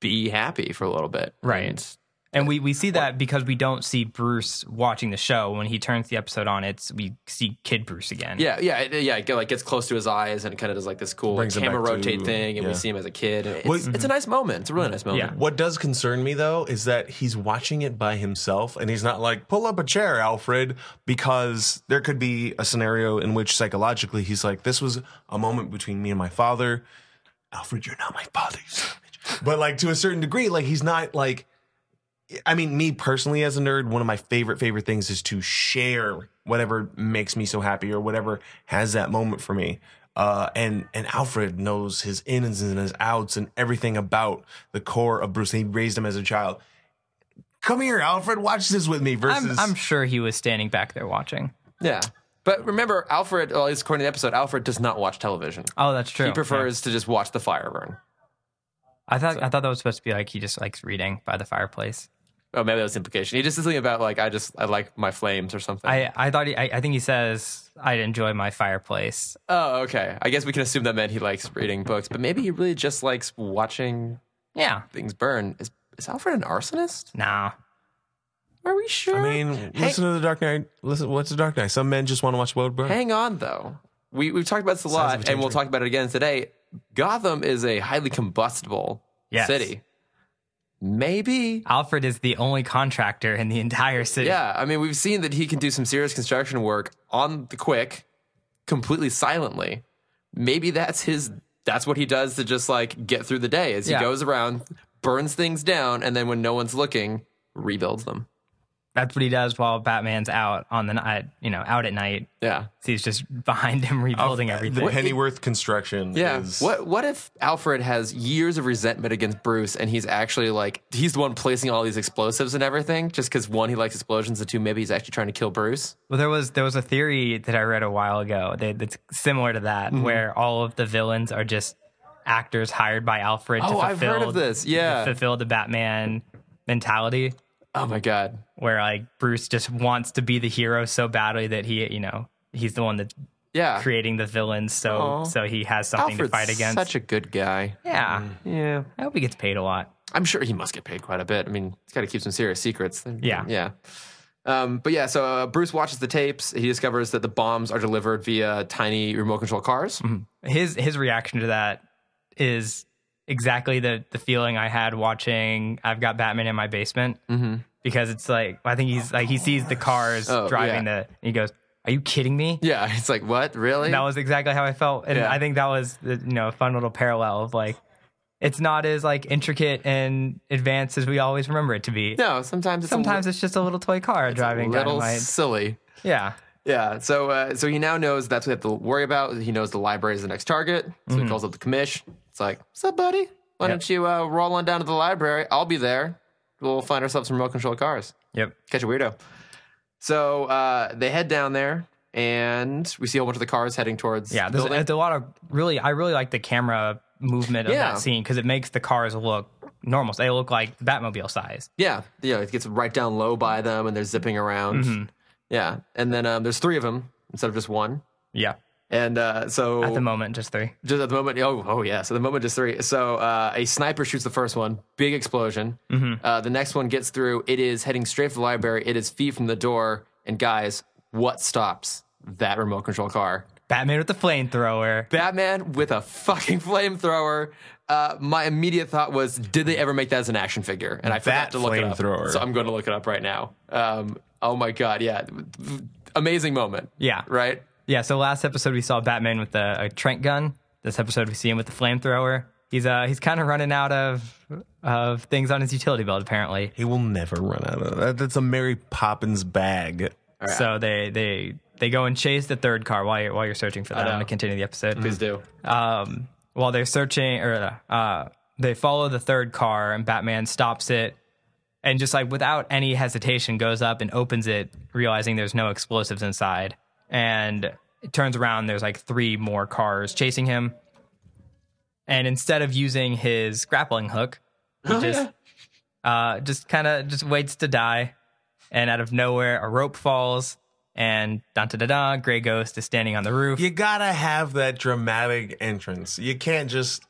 Speaker 1: be happy for a little bit,
Speaker 2: Right.
Speaker 1: And
Speaker 2: And we, we see that because we don't see Bruce watching the show. When he turns the episode on, it's we see Kid Bruce again.
Speaker 1: yeah, yeah, it- yeah. It like gets close to his eyes and kind of does like this cool
Speaker 3: Brings him
Speaker 1: camera
Speaker 3: back to-
Speaker 1: rotate thing, and we
Speaker 3: yeah.
Speaker 1: see him as a kid. It's,
Speaker 3: Well, mm-hmm.
Speaker 1: it's a nice moment. It's a really nice moment.
Speaker 2: Yeah.
Speaker 3: What does concern me though is that he's watching it by himself and he's not like, pull up a chair, Alfred, because there could be a scenario in which psychologically he's like, this was a moment between me and my father. Alfred, you're not my father. you son of a bitch." But like to a certain degree, like he's not like. I mean, me personally as a nerd, one of my favorite favorite things is to share whatever makes me so happy or whatever has that moment for me. Uh, and and Alfred knows his ins and his outs and everything about the core of Bruce. He raised him as a child. Come here, Alfred. Watch this with me. Versus,
Speaker 2: I'm, I'm sure he was standing back there watching.
Speaker 1: Yeah. But remember, Alfred, well, at least according to the episode, Alfred does not watch television.
Speaker 2: Oh, that's true.
Speaker 1: He prefers to just watch the fire burn.
Speaker 2: I thought I thought that was supposed to be like he just likes reading by the fireplace.
Speaker 1: Oh, maybe that was the implication. He just said something about, like, I just, I like my flames or something.
Speaker 2: I, I thought he, I, I think he says I'd enjoy my fireplace.
Speaker 1: oh, okay. I guess we can assume that meant he likes reading books, but maybe he really just likes watching
Speaker 2: Yeah.
Speaker 1: things burn. Is, is Alfred an arsonist?
Speaker 2: Nah.
Speaker 1: Are we sure?
Speaker 3: I mean, listen to the Dark Knight. Listen, what's the Dark Knight? Some men just want to watch world burn.
Speaker 1: Hang on, though. We, we've talked about this a
Speaker 3: of a
Speaker 1: lot, and we'll
Speaker 3: tangerine.
Speaker 1: talk about it again today. Gotham is a highly combustible
Speaker 2: Yes.
Speaker 1: city. Maybe.
Speaker 2: Alfred is the only contractor in the entire city.
Speaker 1: Yeah, I mean, we've seen that he can do some serious construction work on the quick, completely silently. Maybe that's his. That's what he does to just like get through the day. As he
Speaker 2: Yeah.
Speaker 1: goes around, burns things down, and then when no one's looking, rebuilds them.
Speaker 2: That's what he does while Batman's out on the night, you know, out at night.
Speaker 1: Yeah,
Speaker 2: So he's just behind him rebuilding
Speaker 1: Oh,
Speaker 2: everything.
Speaker 3: The Pennyworth construction.
Speaker 1: yeah.
Speaker 3: Is,
Speaker 1: What What if Alfred has years of resentment against Bruce, and he's actually like he's the one placing all these explosives and everything, just because one he likes explosions, and two maybe he's actually trying to kill Bruce.
Speaker 2: Well, there was there was a theory that I read a while ago that, that's similar to that,
Speaker 1: Mm-hmm.
Speaker 2: where all of the villains are just actors hired by Alfred.
Speaker 1: Oh,
Speaker 2: to
Speaker 1: I've
Speaker 2: fulfill,
Speaker 1: heard of this.
Speaker 2: to
Speaker 1: Yeah.
Speaker 2: fulfill the Batman mentality,
Speaker 1: Oh my god.
Speaker 2: where like Bruce just wants to be the hero so badly that he, you know, he's the one that's
Speaker 1: Yeah.
Speaker 2: creating the villains, so
Speaker 1: Aw.
Speaker 2: so he has something
Speaker 1: Alfred's
Speaker 2: to fight against.
Speaker 1: such a Mm. good guy.
Speaker 2: yeah,
Speaker 1: Yeah.
Speaker 2: I hope he gets paid a lot.
Speaker 1: I'm sure he must get paid quite a bit. I mean, he's got to keep some serious secrets.
Speaker 2: Yeah.
Speaker 1: Yeah. Um, but yeah, so uh, Bruce watches the tapes. He discovers that the bombs are delivered via tiny remote control cars.
Speaker 2: his his reaction to that is exactly the the feeling I had watching I've got Batman in my basement because it's like I think he's like he sees the cars
Speaker 1: Oh,
Speaker 2: driving the and he goes are you kidding me
Speaker 1: Yeah. It's like, what? Really?
Speaker 2: that was exactly how I felt and
Speaker 1: Yeah.
Speaker 2: I think that was the, you know a fun little parallel of like it's not as like intricate and advanced as we always remember it to be
Speaker 1: no, sometimes it's
Speaker 2: sometimes
Speaker 1: a
Speaker 2: it's just a little toy car driving
Speaker 1: li- little
Speaker 2: dynamite
Speaker 1: silly.
Speaker 2: yeah
Speaker 1: Yeah. So uh, so he now knows that's what we have to worry about. He knows the library is the next target. So he calls up the commish. It's like, what's up, buddy? Why
Speaker 2: Mm-hmm. Yep.
Speaker 1: don't you uh, roll on down to the library? I'll be there. We'll find ourselves some remote control cars.
Speaker 2: yep
Speaker 1: catch a weirdo. So uh, they head down there, and we see a whole bunch of the cars heading towards.
Speaker 2: Yeah,
Speaker 1: the
Speaker 2: there's,
Speaker 1: building.
Speaker 2: there's a lot of really. I really like the camera movement of
Speaker 1: Yeah.
Speaker 2: that scene because it makes the cars look normal. They look like Batmobile size.
Speaker 1: yeah, yeah. It gets right down low by them, and they're zipping around.
Speaker 2: Mm-hmm.
Speaker 1: Yeah, and then um, there's three of them instead of just one.
Speaker 2: Yeah,
Speaker 1: And uh, so
Speaker 2: at the moment, just three.
Speaker 1: just at the moment, oh, oh yeah. So the moment just three. So uh, a sniper shoots the first one, big explosion.
Speaker 2: Mm-hmm.
Speaker 1: Uh, the next one gets through. It is heading straight for the library. It is feet from the door. And guys, what stops that remote control car?
Speaker 2: Batman with the flamethrower.
Speaker 1: Batman with a fucking flamethrower. Uh, my immediate thought was, did they ever make that as an action figure? And I forgot
Speaker 3: Bat
Speaker 1: to look it up.
Speaker 3: flamethrower.
Speaker 1: So I'm going to look it up right now. Um, oh my god, yeah, amazing moment.
Speaker 2: Yeah,
Speaker 1: Right.
Speaker 2: yeah. So last episode we saw Batman with the a Trent gun. This episode we see him with the flamethrower. He's uh he's kind of running out of of things on his utility belt apparently.
Speaker 3: He will never run out of that. That's a Mary Poppins bag.
Speaker 2: So they they they go and chase the third car while you're while you're searching for that. I'm
Speaker 1: know. Mm-hmm.
Speaker 2: gonna continue the episode.
Speaker 1: Please do.
Speaker 2: um, while they're searching or uh, they follow the third car and batman stops it and just like without any hesitation goes up and opens it realizing there's no explosives inside and it turns around there's like three more cars chasing him and instead of using his grappling hook he just uh, just kind of just waits to die and out of nowhere a rope falls and da da da da gray ghost is standing on the roof
Speaker 3: You gotta have that dramatic entrance. You can't just.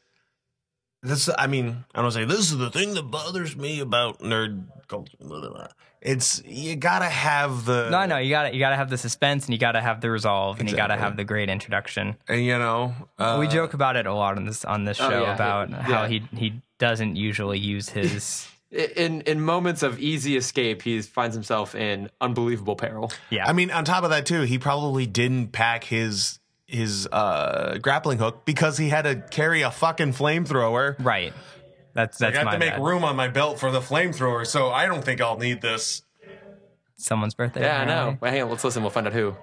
Speaker 3: This, I mean, I don't say this is the thing that bothers me about nerd culture. blah, blah, blah. It's you gotta have the
Speaker 2: No, no, you got to You got to have the suspense, and you got to have the resolve, and you got to
Speaker 3: Exactly.
Speaker 2: have the great introduction.
Speaker 3: and you know uh,
Speaker 2: we joke about it a lot on this on this show
Speaker 1: Oh, yeah,
Speaker 2: about
Speaker 1: yeah.
Speaker 2: how
Speaker 1: Yeah.
Speaker 2: he he doesn't usually use his.
Speaker 1: In in moments of easy escape, he finds himself in unbelievable peril.
Speaker 2: Yeah,
Speaker 3: I mean, on top of that too, he probably didn't pack his his uh, grappling hook because he had to carry a fucking flamethrower.
Speaker 2: Right. That's that's
Speaker 3: I have
Speaker 2: my
Speaker 3: to make
Speaker 2: bad.
Speaker 3: room on my belt for the flamethrower, so I don't think I'll need this.
Speaker 2: someone's birthday.
Speaker 1: Yeah, I know.
Speaker 2: apparently.
Speaker 1: Wait, hang on, let's listen. We'll find out who.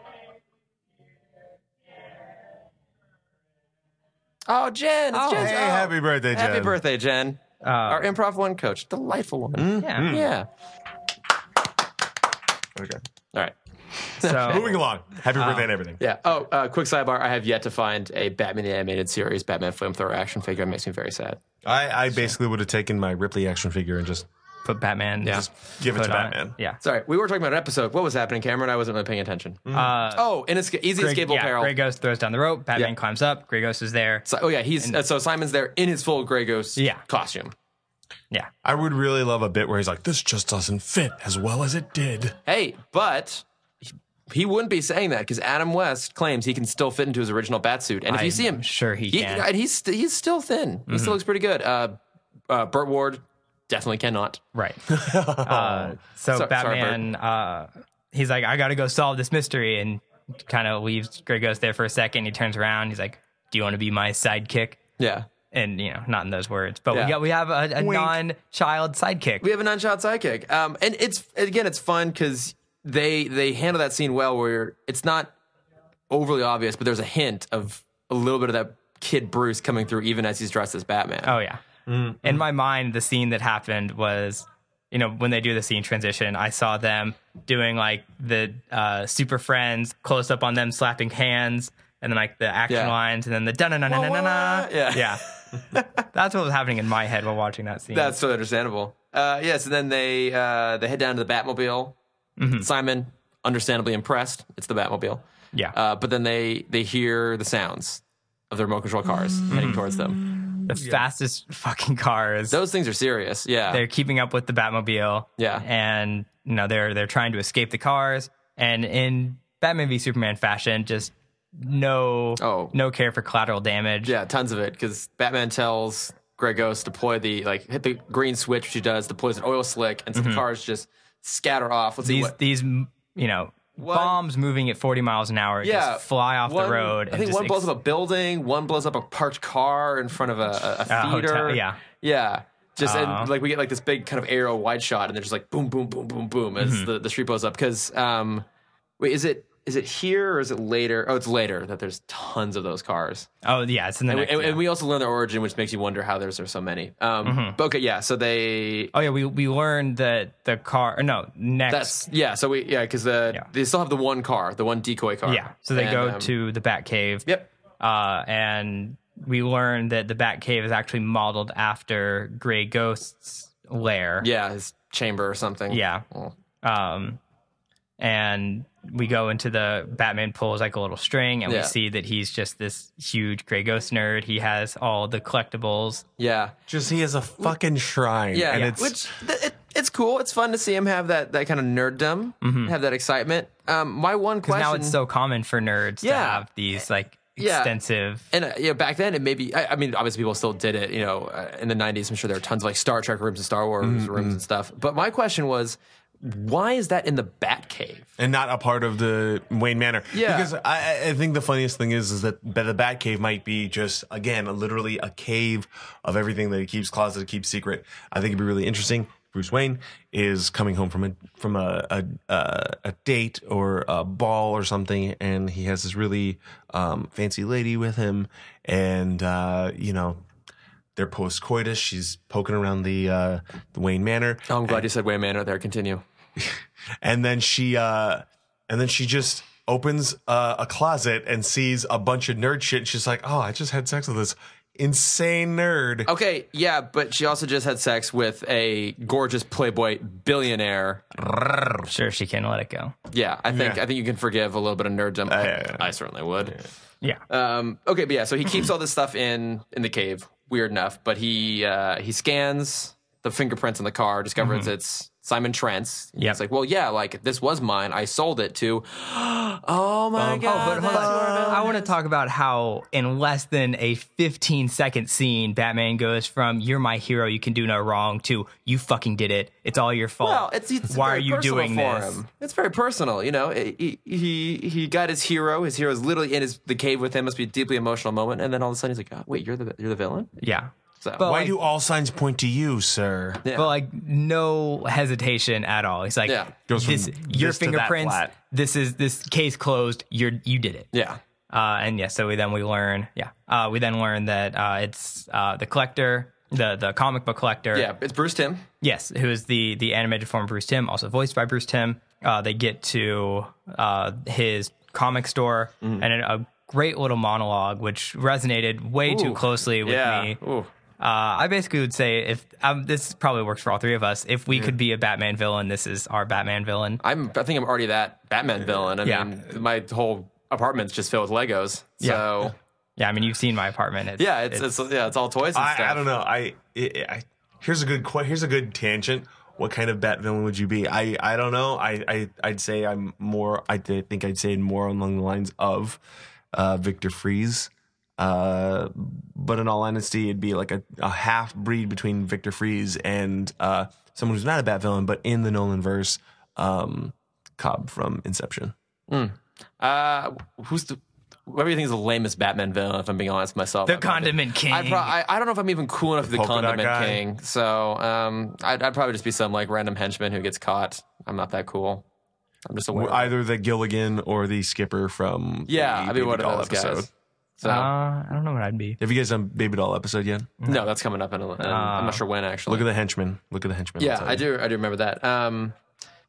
Speaker 1: Oh, Jen! It's
Speaker 2: Oh,
Speaker 1: Jen's-
Speaker 3: Hey,
Speaker 1: oh,
Speaker 3: happy birthday, Jen.
Speaker 1: happy birthday, Jen!
Speaker 2: Uh,
Speaker 1: Our improv one coach, delightful
Speaker 3: Hmm?
Speaker 1: woman.
Speaker 2: yeah.
Speaker 1: Yeah.
Speaker 3: Okay.
Speaker 1: All right.
Speaker 3: Moving
Speaker 2: So
Speaker 3: along.
Speaker 2: Uh,
Speaker 3: Happy birthday and everything.
Speaker 1: Yeah. Oh, uh, quick sidebar. I have yet to find a Batman the animated series Batman flamethrower action figure. It makes me very sad.
Speaker 3: I, I basically would have taken my Ripley action figure and just
Speaker 2: put Batman. Yeah.
Speaker 3: give it to Batman.
Speaker 2: Yeah.
Speaker 1: Sorry, we were talking about an episode. What was happening, Cameron? I wasn't really paying attention.
Speaker 2: Uh,
Speaker 1: oh, in esca- easy
Speaker 2: Grey-
Speaker 1: escapable
Speaker 2: yeah,
Speaker 1: peril.
Speaker 2: Grey Ghost throws down the rope. Batman
Speaker 1: Yeah.
Speaker 2: climbs up. Grey Ghost is there.
Speaker 1: So, oh yeah, he's uh, so Simon's there in his full Grey Ghost
Speaker 2: Yeah.
Speaker 1: costume.
Speaker 2: Yeah.
Speaker 3: I would really love a bit where he's like, this just doesn't fit as well as it did.
Speaker 1: Hey, but he wouldn't be saying that because Adam West claims he can still fit into his original bat suit. And if you
Speaker 2: I'm
Speaker 1: see him,
Speaker 2: sure he can. Mm-hmm.
Speaker 1: and he's st- he's still thin. He still looks pretty good. Uh, uh, Burt Ward definitely cannot.
Speaker 2: Right. uh,
Speaker 1: Sorry-
Speaker 2: so
Speaker 1: sorry,
Speaker 2: Batman, uh, he's like, I got to go solve this mystery, and kind of leaves Grey Ghost there for a second. He turns around. He's like, Do you want to be my sidekick?
Speaker 1: Yeah,
Speaker 2: And you know, not in those words, but
Speaker 1: Yeah.
Speaker 2: we got we have a, a
Speaker 3: Wink.
Speaker 2: non-child sidekick.
Speaker 1: we have an unshot sidekick. Um, and it's again, it's fun because they they handle that scene well, where it's not overly obvious, but there's a hint of a little bit of that kid Bruce coming through, even as he's dressed as Batman.
Speaker 2: Oh yeah.
Speaker 1: Mm-hmm.
Speaker 2: In my mind, the scene that happened was, you know, when they do the scene transition, I saw them doing like the uh, Super Friends close up on them slapping hands, and then like the action
Speaker 1: Yeah.
Speaker 2: lines, and then the da na na na na na.
Speaker 1: Wah, wah. Yeah.
Speaker 2: yeah. That's what was happening in my head while watching that scene.
Speaker 1: That's so understandable. Uh, yes, and then they uh, they head down to the Batmobile.
Speaker 2: Mm-hmm.
Speaker 1: Simon, understandably impressed, it's the Batmobile.
Speaker 2: yeah.
Speaker 1: Uh, but then they they hear the sounds of the remote control cars
Speaker 2: Mm.
Speaker 1: heading towards them.
Speaker 2: the fastest fucking cars.
Speaker 1: Those things are serious. Yeah,
Speaker 2: they're keeping up with the Batmobile.
Speaker 1: Yeah.
Speaker 2: And you know, they're they're trying to escape the cars and in Batman v Superman fashion, just no
Speaker 1: Oh.
Speaker 2: no care for collateral damage.
Speaker 1: yeah, tons of it. Because Batman tells Grey Ghost deploy the like hit the green switch. She does deploys an oil slick, and so
Speaker 2: Mm-hmm.
Speaker 1: the cars just scatter off. Let's see
Speaker 2: These
Speaker 1: what.
Speaker 2: these you know bombs moving at 40 miles an hour
Speaker 1: yeah,
Speaker 2: just fly off
Speaker 1: one-
Speaker 2: the road.
Speaker 1: I think
Speaker 2: just
Speaker 1: one blows
Speaker 2: ex-
Speaker 1: up a building, one blows up a parked car in front of a, a, a
Speaker 2: A hotel,
Speaker 1: theater.
Speaker 2: yeah.
Speaker 1: yeah. Just
Speaker 2: Uh.
Speaker 1: and like we get like this big kind of aerial wide shot, and they're just like boom, boom, boom, boom, boom as
Speaker 2: Mm-hmm.
Speaker 1: the, the street blows up. Because um, wait, is it is it here or is it later? Oh, it's later that there's tons of those cars.
Speaker 2: Oh yeah, it's in the
Speaker 1: And,
Speaker 2: next,
Speaker 1: we, and,
Speaker 2: yeah. Mm-hmm.
Speaker 1: and we also learn their origin, which makes you wonder how there's there's so many. Um, but okay, yeah. So they
Speaker 2: Oh yeah, we we learned that the car or no, next
Speaker 1: that's yeah. So we yeah because the
Speaker 2: Yeah.
Speaker 1: they still have the one car, the one decoy car.
Speaker 2: yeah. So they
Speaker 1: And,
Speaker 2: go
Speaker 1: um,
Speaker 2: to the Batcave. Cave.
Speaker 1: yep.
Speaker 2: uh, and we learned that the Batcave is actually modeled after Grey Ghost's lair.
Speaker 1: Yeah, his chamber or something.
Speaker 2: Yeah.
Speaker 1: Well,
Speaker 2: Um, and we go into the Batman pulls like a little string, and
Speaker 1: Yeah.
Speaker 2: we see that he's just this huge Grey Ghost nerd. He has all the collectibles.
Speaker 1: Yeah,
Speaker 3: Just he has a fucking shrine.
Speaker 1: yeah,
Speaker 3: And
Speaker 1: yeah.
Speaker 3: it's
Speaker 1: which th- it, it's cool. It's fun to see him have that that kind of nerddom, have that excitement. Um, my one
Speaker 2: Because
Speaker 1: question
Speaker 2: Mm-hmm. now it's so common for nerds to
Speaker 1: Yeah.
Speaker 2: have these like
Speaker 1: Yeah.
Speaker 2: extensive.
Speaker 1: and uh, yeah, back then it maybe. I, I mean, obviously people still did it. You know, uh, in the '90s, I'm sure there are tons of like Star Trek rooms and Star Wars
Speaker 2: Mm-hmm,
Speaker 1: rooms and stuff. But my question was, why is that in the Batcave?
Speaker 3: and not a part of the Wayne Manor.
Speaker 1: Yeah.
Speaker 3: Because I- I, I think the funniest thing is is that the Bat Cave might be just again literally a cave of everything that he keeps closeted, keeps secret. I think it'd be really interesting. Bruce Wayne is coming home from a from a a, a, a date or a ball or something, and he has this really um, fancy lady with him, and uh, you know. They're post coitus. She's poking around the uh, the Wayne Manor,
Speaker 1: Oh, I'm glad you said Wayne Manor. There, continue.
Speaker 3: and then she uh and then she just opens uh, a closet and sees a bunch of nerd shit and she's like oh i just had sex with this insane nerd
Speaker 1: Okay, yeah, but she also just had sex with a gorgeous playboy billionaire.
Speaker 2: Sure, she can let it go.
Speaker 1: Yeah, I think
Speaker 3: Yeah.
Speaker 1: I think you can forgive a little bit of nerddom. I,
Speaker 3: yeah, yeah.
Speaker 1: I certainly would.
Speaker 2: Uh, Yeah.
Speaker 1: Um, okay, but yeah, so he keeps all this stuff in in the cave. Weird enough, but he uh, he scans the fingerprints in the car, discovers it's Simon Trent's.
Speaker 2: Mm-hmm. Yep.
Speaker 1: It's like, well, yeah, like this was mine. I sold it to. oh my god!
Speaker 2: Um, oh, but hold
Speaker 1: that's where
Speaker 2: on.
Speaker 1: I've been.
Speaker 2: I want to talk about how, in less than a 15 second scene, Batman goes from "You're my hero, you can do no wrong" to "You fucking did it. It's all your fault.
Speaker 1: Well, it's, it's
Speaker 2: Why
Speaker 1: very
Speaker 2: are you
Speaker 1: personal
Speaker 2: doing
Speaker 1: for
Speaker 2: this?"
Speaker 1: Him. It's very personal, you know. He, he he got his hero. His hero is literally in his the cave with him. Must be a deeply emotional moment. And then all of a sudden he's like, oh, "Wait, you're the you're the villain."
Speaker 2: Yeah,
Speaker 1: So
Speaker 2: But-
Speaker 3: Why
Speaker 2: like-
Speaker 3: do all signs point to you, sir?
Speaker 1: yeah.
Speaker 2: but like no hesitation at all. He's like,
Speaker 1: Yeah.
Speaker 3: Goes from
Speaker 2: this, "Your
Speaker 3: this to that
Speaker 2: fingerprints.
Speaker 3: flat."
Speaker 2: This is this case closed. You're you did it."
Speaker 1: yeah,
Speaker 2: Uh, and yeah, so we then we learn, yeah, uh, we then learn that uh, it's uh, the collector, the the comic book collector,
Speaker 1: yeah. It's Bruce Tim.
Speaker 2: yes, who is the the animated form of Bruce Tim, also voiced by Bruce Tim. Uh, they get to uh, his comic store
Speaker 1: Mm-hmm.
Speaker 2: and a great little monologue, which resonated way too
Speaker 1: Ooh,
Speaker 2: closely with
Speaker 1: yeah.
Speaker 2: me.
Speaker 1: Ooh.
Speaker 2: Uh, I basically would say if um, this probably works for all three of us, if we could be a Batman villain, this is our Batman villain.
Speaker 1: I'm. I think I'm already that Batman villain. I
Speaker 2: Yeah.
Speaker 1: mean, my whole apartment's just filled with Legos. So
Speaker 2: Yeah, I mean you've seen my apartment. It's,
Speaker 1: yeah, it's, it's, yeah, it's all toys. And
Speaker 3: I,
Speaker 1: stuff.
Speaker 3: I don't know. I, I, I here's a good que- here's a good tangent. What kind of bat villain would you be? I, I don't know. I, I I'd say I'm more. I th- think I'd say more along the lines of uh, Victor Freeze. Uh, but in all honesty, it'd be like a, a half breed between Victor Freeze and uh, someone who's not a bat villain, but in the Nolan verse, um, Cobb from Inception.
Speaker 1: Uh, who's the whoever you think is the lamest Batman villain? If I'm being honest with myself,
Speaker 2: the
Speaker 1: I'd probably-
Speaker 2: Condiment King.
Speaker 1: I, pro- I I don't know if I'm even cool enough to be the
Speaker 3: polka dot
Speaker 1: Condiment
Speaker 3: guy.
Speaker 1: King. So um, I'd, I'd probably just be some like random henchman who gets caught. I'm not that cool. I'm just aware. I,
Speaker 3: Either the Gilligan or the Skipper from
Speaker 1: yeah,
Speaker 3: the
Speaker 1: I'd be
Speaker 3: Baby
Speaker 1: one
Speaker 3: Doll
Speaker 1: of those guys. So
Speaker 2: uh, I don't know what I'd be.
Speaker 3: Have you guys done Baby Doll episode yet?
Speaker 1: no, that's coming up in. A, in I'm
Speaker 2: Ah.
Speaker 1: not sure when actually.
Speaker 3: Look at the henchman. Look at the henchman.
Speaker 1: yeah, I do. I do remember that. Um,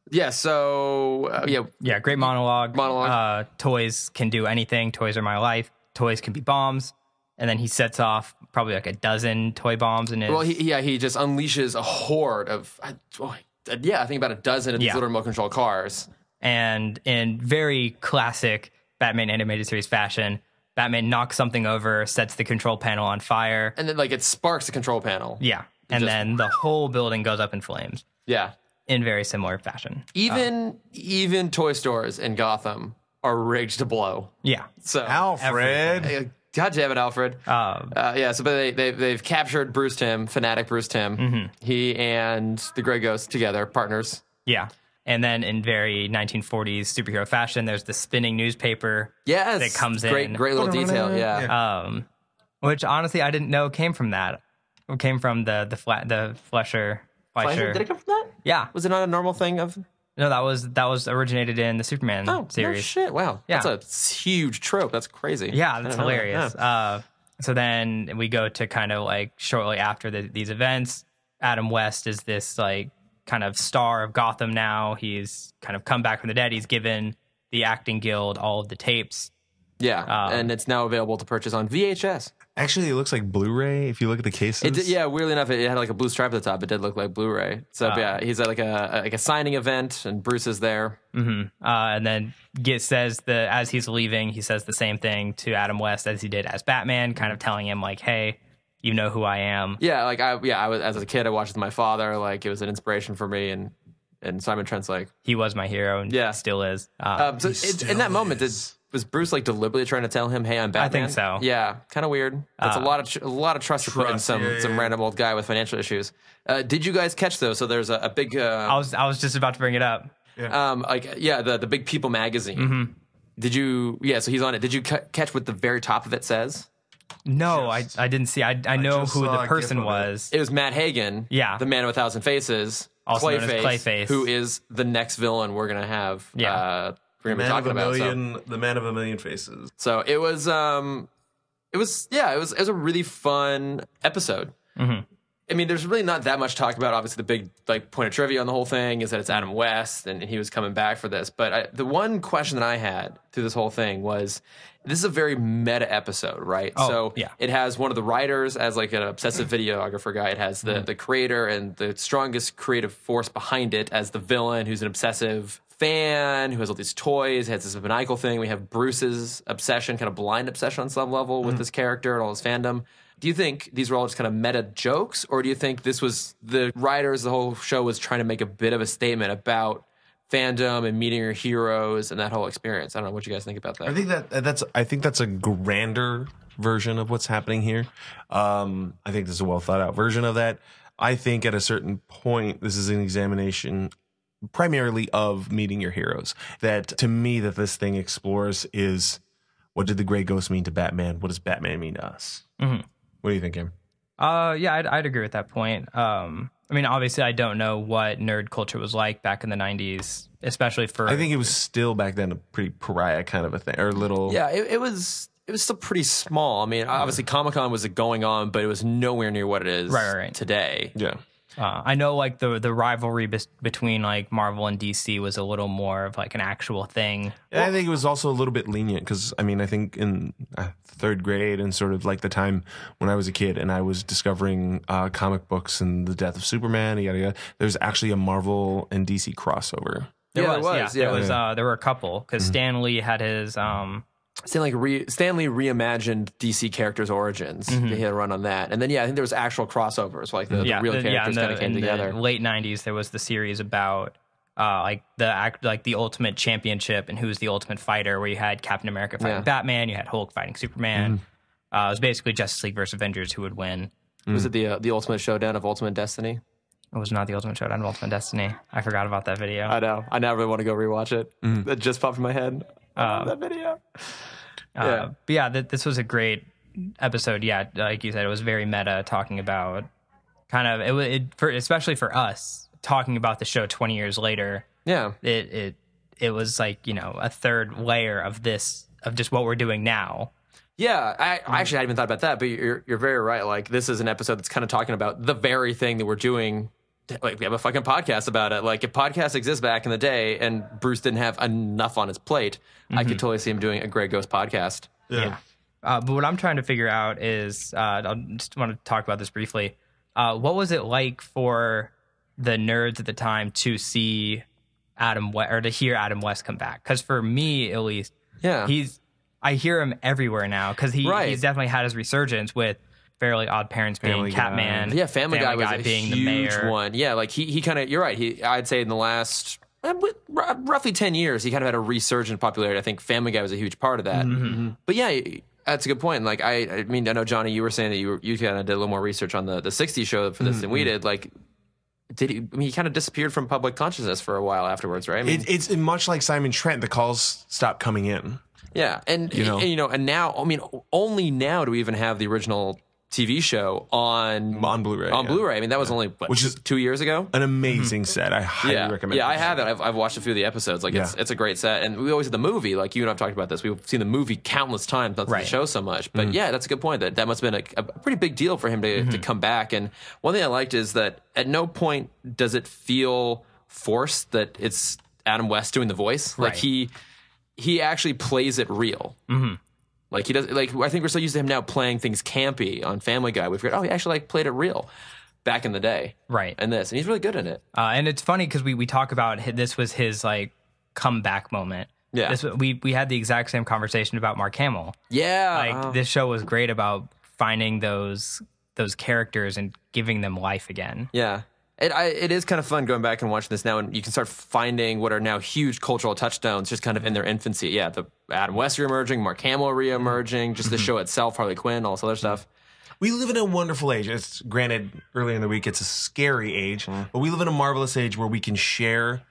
Speaker 1: yeah. So uh, yeah,
Speaker 2: Yeah, great monologue.
Speaker 1: Monologue.
Speaker 2: Uh, toys can do anything. Toys are my life. Toys can be bombs. And then he sets off probably like a dozen toy bombs in his.
Speaker 1: Well, he, yeah, he just unleashes a horde of, I- oh, I- yeah, I think about a dozen of these
Speaker 2: Yeah.
Speaker 1: little remote control cars.
Speaker 2: and in very classic Batman animated series fashion, Batman knocks something over, sets the control panel on fire.
Speaker 1: And then, like, it sparks the control panel.
Speaker 2: Yeah. And
Speaker 1: Just-
Speaker 2: then the whole building goes up in flames
Speaker 1: Yeah.
Speaker 2: in very similar fashion. Um,
Speaker 1: Even, even toy stores in Gotham are rigged to blow.
Speaker 2: Yeah.
Speaker 1: So,
Speaker 3: Alfred.
Speaker 1: Uh, God damn it, Alfred.
Speaker 2: Um,
Speaker 1: Uh, yeah, so but they, they, they've captured Bruce Tim, fanatic Bruce Tim.
Speaker 2: Mm-hmm.
Speaker 1: He and the Grey Ghost together, partners.
Speaker 2: yeah. And then in very 1940s superhero fashion, there's the spinning newspaper
Speaker 1: Yes.
Speaker 2: That comes
Speaker 1: great,
Speaker 2: in.
Speaker 1: Great little detail. Yeah. Uh,
Speaker 2: um, which honestly I didn't know came from that. It came from the the flat the Flesher Fleischer.
Speaker 1: Did it come from that?
Speaker 2: yeah,
Speaker 1: Was it not a normal thing of
Speaker 2: no, that was that was originated in the Superman
Speaker 1: Oh,
Speaker 2: series.
Speaker 1: No shit. Wow.
Speaker 2: Yeah.
Speaker 1: That's a huge trope. That's crazy.
Speaker 2: Yeah,
Speaker 1: I
Speaker 2: that's
Speaker 1: don't know.
Speaker 2: hilarious.
Speaker 1: Yeah.
Speaker 2: Uh, so then we go to kind of like shortly after the, these events. Adam West is this like kind of star of Gotham now. He's kind of come back from the dead. He's given the acting guild all of the tapes.
Speaker 1: Yeah.
Speaker 2: Um,
Speaker 1: and it's now available to purchase on VHS.
Speaker 3: Actually, it looks like Blu-ray if you look at the cases.
Speaker 1: It did, yeah, weirdly enough, it had like a blue stripe at the top. It did look like Blu-ray. So
Speaker 3: Ah.
Speaker 1: yeah, he's at like a like a signing event, and Bruce is there.
Speaker 2: hmm Uh, and then get, says the as he's leaving, he says the same thing to Adam West as he did as Batman, kind of
Speaker 3: Mm-hmm.
Speaker 2: telling him like, "Hey, you know who I am."
Speaker 1: Yeah, like I yeah, I was as a kid, I watched it with my father. Like it was an inspiration for me, and and Simon Trent's like,
Speaker 2: He was my hero, and
Speaker 1: Yeah.
Speaker 2: still is. Uh,
Speaker 1: um, so it, in that moment, did, was Bruce like deliberately trying to tell him, "Hey, I'm Batman"?
Speaker 2: think so.
Speaker 1: Yeah, kind of weird. That's a lot of tr- a lot of trust, to put in
Speaker 3: Ah. trust,
Speaker 1: some
Speaker 3: yeah, yeah,
Speaker 1: some
Speaker 3: yeah.
Speaker 1: random old guy with financial issues. Uh, did you guys catch though? So there's a, a big uh,
Speaker 2: I was I was just about to bring it up.
Speaker 1: um like yeah the the big people magazine
Speaker 2: Mm-hmm.
Speaker 1: did you yeah so he's on it did you ca- catch what the very top of it says
Speaker 2: No, I I didn't see. I I know
Speaker 3: just
Speaker 2: who
Speaker 3: saw a
Speaker 2: the
Speaker 3: gif
Speaker 2: person
Speaker 3: of it.
Speaker 2: was.
Speaker 1: it was matt hagen
Speaker 2: Yeah.
Speaker 1: the man with a thousand faces
Speaker 2: Also known as
Speaker 1: clayface,
Speaker 2: Clayface.
Speaker 1: who is the next villain we're gonna have
Speaker 2: Yeah.
Speaker 1: uh, we're gonna be
Speaker 3: Man of
Speaker 1: talking
Speaker 3: a
Speaker 1: about so-
Speaker 3: million. The man of a million faces.
Speaker 1: So it was, um, it was, yeah, it was, it was a really fun episode.
Speaker 2: Mm-hmm.
Speaker 1: I mean, there's really not that much talk about. Obviously, the big like point of trivia on the whole thing is that it's Adam West, and, and he was coming back for this. But I, the one question that I had through this whole thing was, this is a very meta episode, right?
Speaker 2: Oh,
Speaker 1: so
Speaker 2: yeah.
Speaker 1: it has one of the writers as like an obsessive videographer guy. It has the the creator and the strongest creative force behind it as the villain, who's an obsessive fan who has all these toys. Has this maniacal thing. We have Bruce's obsession, kind of blind obsession on some level with this character and all his fandom. do you think these were all just kind of meta jokes, or do you think this was the writers, the whole show was trying to make a bit of a statement about fandom and meeting your heroes and that whole experience? I don't know what you guys think about that.
Speaker 3: I think that uh, that's I think that's a grander version of what's happening here. Um, I think this is a well thought out version of that. I think at a certain point, this is an examination primarily of meeting your heroes. That to me, that this thing explores is what did the Gray Ghost mean to Batman? What does Batman mean to us?
Speaker 2: Mhm.
Speaker 3: What do you think, Cameron?
Speaker 2: Uh, yeah, I'd, I'd agree with that point. Um, I mean, obviously, I don't know what nerd culture was like back in the '90s, especially for.
Speaker 3: I think it was still back then a pretty pariah kind of a thing, or a little.
Speaker 1: Yeah, it, it was it was still pretty small. I mean, obviously Comic Con was going on, but it was nowhere near what it is
Speaker 2: Right, right, right.
Speaker 1: today.
Speaker 3: yeah.
Speaker 2: uh, I know like the the rivalry bes- between like Marvel and DC was a little more of like an actual thing.
Speaker 3: And I think it was also a little bit lenient because I mean I think in uh, third grade and sort of like the time when I was a kid and I was discovering uh, comic books and the death of Superman yada yada. There's actually a Marvel and DC crossover.
Speaker 2: There
Speaker 1: Yeah, it
Speaker 2: was,
Speaker 1: was,
Speaker 2: yeah,
Speaker 1: yeah. Mm-hmm.
Speaker 2: there was. Uh, there were a couple because Stan Lee had his. Um,
Speaker 1: Stan like re, Stanley reimagined DC characters' origins. They had a run on that, and then yeah, I think there was actual crossovers, like the, the
Speaker 2: Mm-hmm. yeah,
Speaker 1: real
Speaker 2: the- yeah, in
Speaker 1: characters
Speaker 2: the,
Speaker 1: kind of came
Speaker 2: in the
Speaker 1: together.
Speaker 2: late '90s, there was the series about uh, like the act, like the Ultimate Championship and who's the Ultimate Fighter, where you had Captain America fighting
Speaker 1: Yeah. Mm-hmm.
Speaker 2: Batman, you had Hulk fighting Superman. Uh, it was basically Justice League versus Avengers who would win.
Speaker 1: Was
Speaker 2: mm.
Speaker 1: it the uh, the Ultimate Showdown of Ultimate Destiny?
Speaker 2: It was not the Ultimate Showdown, Ultimate Destiny. I forgot about that video.
Speaker 1: I know. Mm. I now really want to go rewatch it. That just popped in my head. I love that video.
Speaker 2: Uh, but yeah, th- this was a great episode. Yeah, like you said, it was very meta, talking about kind of it. wa- it for, especially for us, talking about the show twenty years later.
Speaker 1: Yeah.
Speaker 2: It it it was like you know a third layer of this of just what we're doing now.
Speaker 1: Yeah, I, I actually hadn't even thought about that, but you're you're very right. Like this is an episode that's kind of talking about the very thing that we're doing. Like we have a fucking podcast about it. Like if podcasts exist back in the day, and Bruce didn't have enough on his plate, I could totally see him doing a Grey Ghost podcast.
Speaker 2: Yeah. Uh, but what I'm trying to figure out is uh, I just want to talk about this briefly. Uh, what was it like for the nerds at the time to see Adam we- or to hear Adam West come back? Because for me, at least,
Speaker 1: Yeah.
Speaker 2: he's I hear him everywhere now because he
Speaker 1: Right.
Speaker 2: he's definitely had his resurgence with Fairly Odd Parents
Speaker 3: Family
Speaker 2: being
Speaker 3: Guy.
Speaker 2: Catman,
Speaker 1: Yeah, Family, Guy was a
Speaker 2: being
Speaker 1: huge
Speaker 2: the mayor.
Speaker 1: one. Yeah, like he he kind of you're right. He I'd say in the last uh, w- r- roughly ten years, he kind of had a resurgent popularity. I think Family Guy was a huge part of that.
Speaker 3: Mm-hmm.
Speaker 1: But yeah, that's a good point. Like I I mean I know Johnny, you were saying that you were, you kind of did a little more research on the the '60s show for this than
Speaker 3: Mm-hmm.
Speaker 1: we did. Like. Did he? I mean, he kind of disappeared from public consciousness for a while afterwards, right? I mean,
Speaker 3: It, it's much like Simon Trent. The calls stop coming in.
Speaker 1: yeah, and
Speaker 3: You
Speaker 1: you
Speaker 3: know.
Speaker 1: know, and, you know, and now, I mean, only now do we even have the original TV show on
Speaker 3: On Blu-ray,
Speaker 1: On
Speaker 3: yeah.
Speaker 1: Blu-ray, I mean, that was only what,
Speaker 3: Which is-
Speaker 1: two years ago.
Speaker 3: An amazing set. I highly
Speaker 1: Mm-hmm. yeah.
Speaker 3: recommend.
Speaker 1: Yeah, I
Speaker 3: it.
Speaker 1: have it. I've, I've watched a few of the episodes. Like it's
Speaker 3: Yeah.
Speaker 1: it's a great set, and we always had the movie. Like you and I've talked about this. We've seen the movie countless times, not
Speaker 2: Right.
Speaker 1: the show so much.
Speaker 3: Mm-hmm.
Speaker 1: But yeah, that's a good point. That that must have been a, a pretty big deal for him to to come back. And one thing I liked is that at no point does it feel forced that it's Adam West doing the voice. Like
Speaker 2: Right.
Speaker 1: he he actually plays it real.
Speaker 3: Mm-hmm.
Speaker 1: Like he does. Like I think we're so used to him now playing things campy on Family Guy. We forget. Oh, he actually like played it real back in the day.
Speaker 2: Right.
Speaker 1: And this, and he's really good in it.
Speaker 2: Uh, and it's funny because we, we talk about hi- this was his like comeback moment.
Speaker 1: Yeah.
Speaker 2: This, we we had the exact same conversation about Mark Hamill.
Speaker 1: Yeah. uh,
Speaker 2: Like this show was great about finding those those characters and giving them life again.
Speaker 1: Yeah. It, I, it is kind of fun going back and watching this now, and you can start finding what are now huge cultural touchstones just kind of in their infancy. Yeah, the Adam West reemerging, Mark Hamill reemerging, just the show itself, Harley Quinn, all this other stuff.
Speaker 3: We live in a wonderful age. It's granted earlier in the week, it's a scary age, but we live in a marvelous age where we can share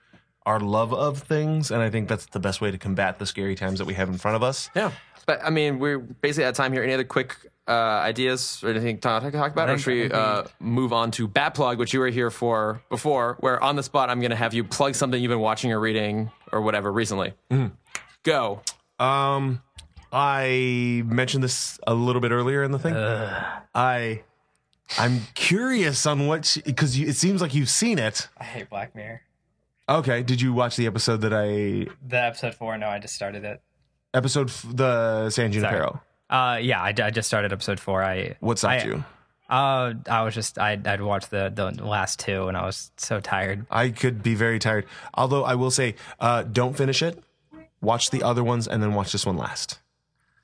Speaker 3: our love of things, and I think that's the best way to combat the scary times that we have in front of us.
Speaker 1: Yeah. But I mean, we're basically out of time here. Any other quick uh, ideas or anything to talk, to talk about? Or should we uh, move on to Batplug, which you were here for before, where on the spot I'm going to have you plug something you've been watching or reading or whatever recently? Go.
Speaker 3: Um, I mentioned this a little bit earlier in the thing. I I'm curious on what because it seems like you've seen it.
Speaker 2: I hate Black Mirror.
Speaker 3: Okay, did you watch the episode that I
Speaker 2: The episode four. No, I just started it.
Speaker 3: episode f- the San Junipero?
Speaker 2: Uh, yeah, I, d- I just started episode four. I
Speaker 3: What's up
Speaker 2: I-
Speaker 3: to you?
Speaker 2: Uh, I was just I I'd watched the the last two and I was so tired.
Speaker 3: I could be very tired. Although I will say, uh, don't finish it. Watch the other ones and then watch this one last.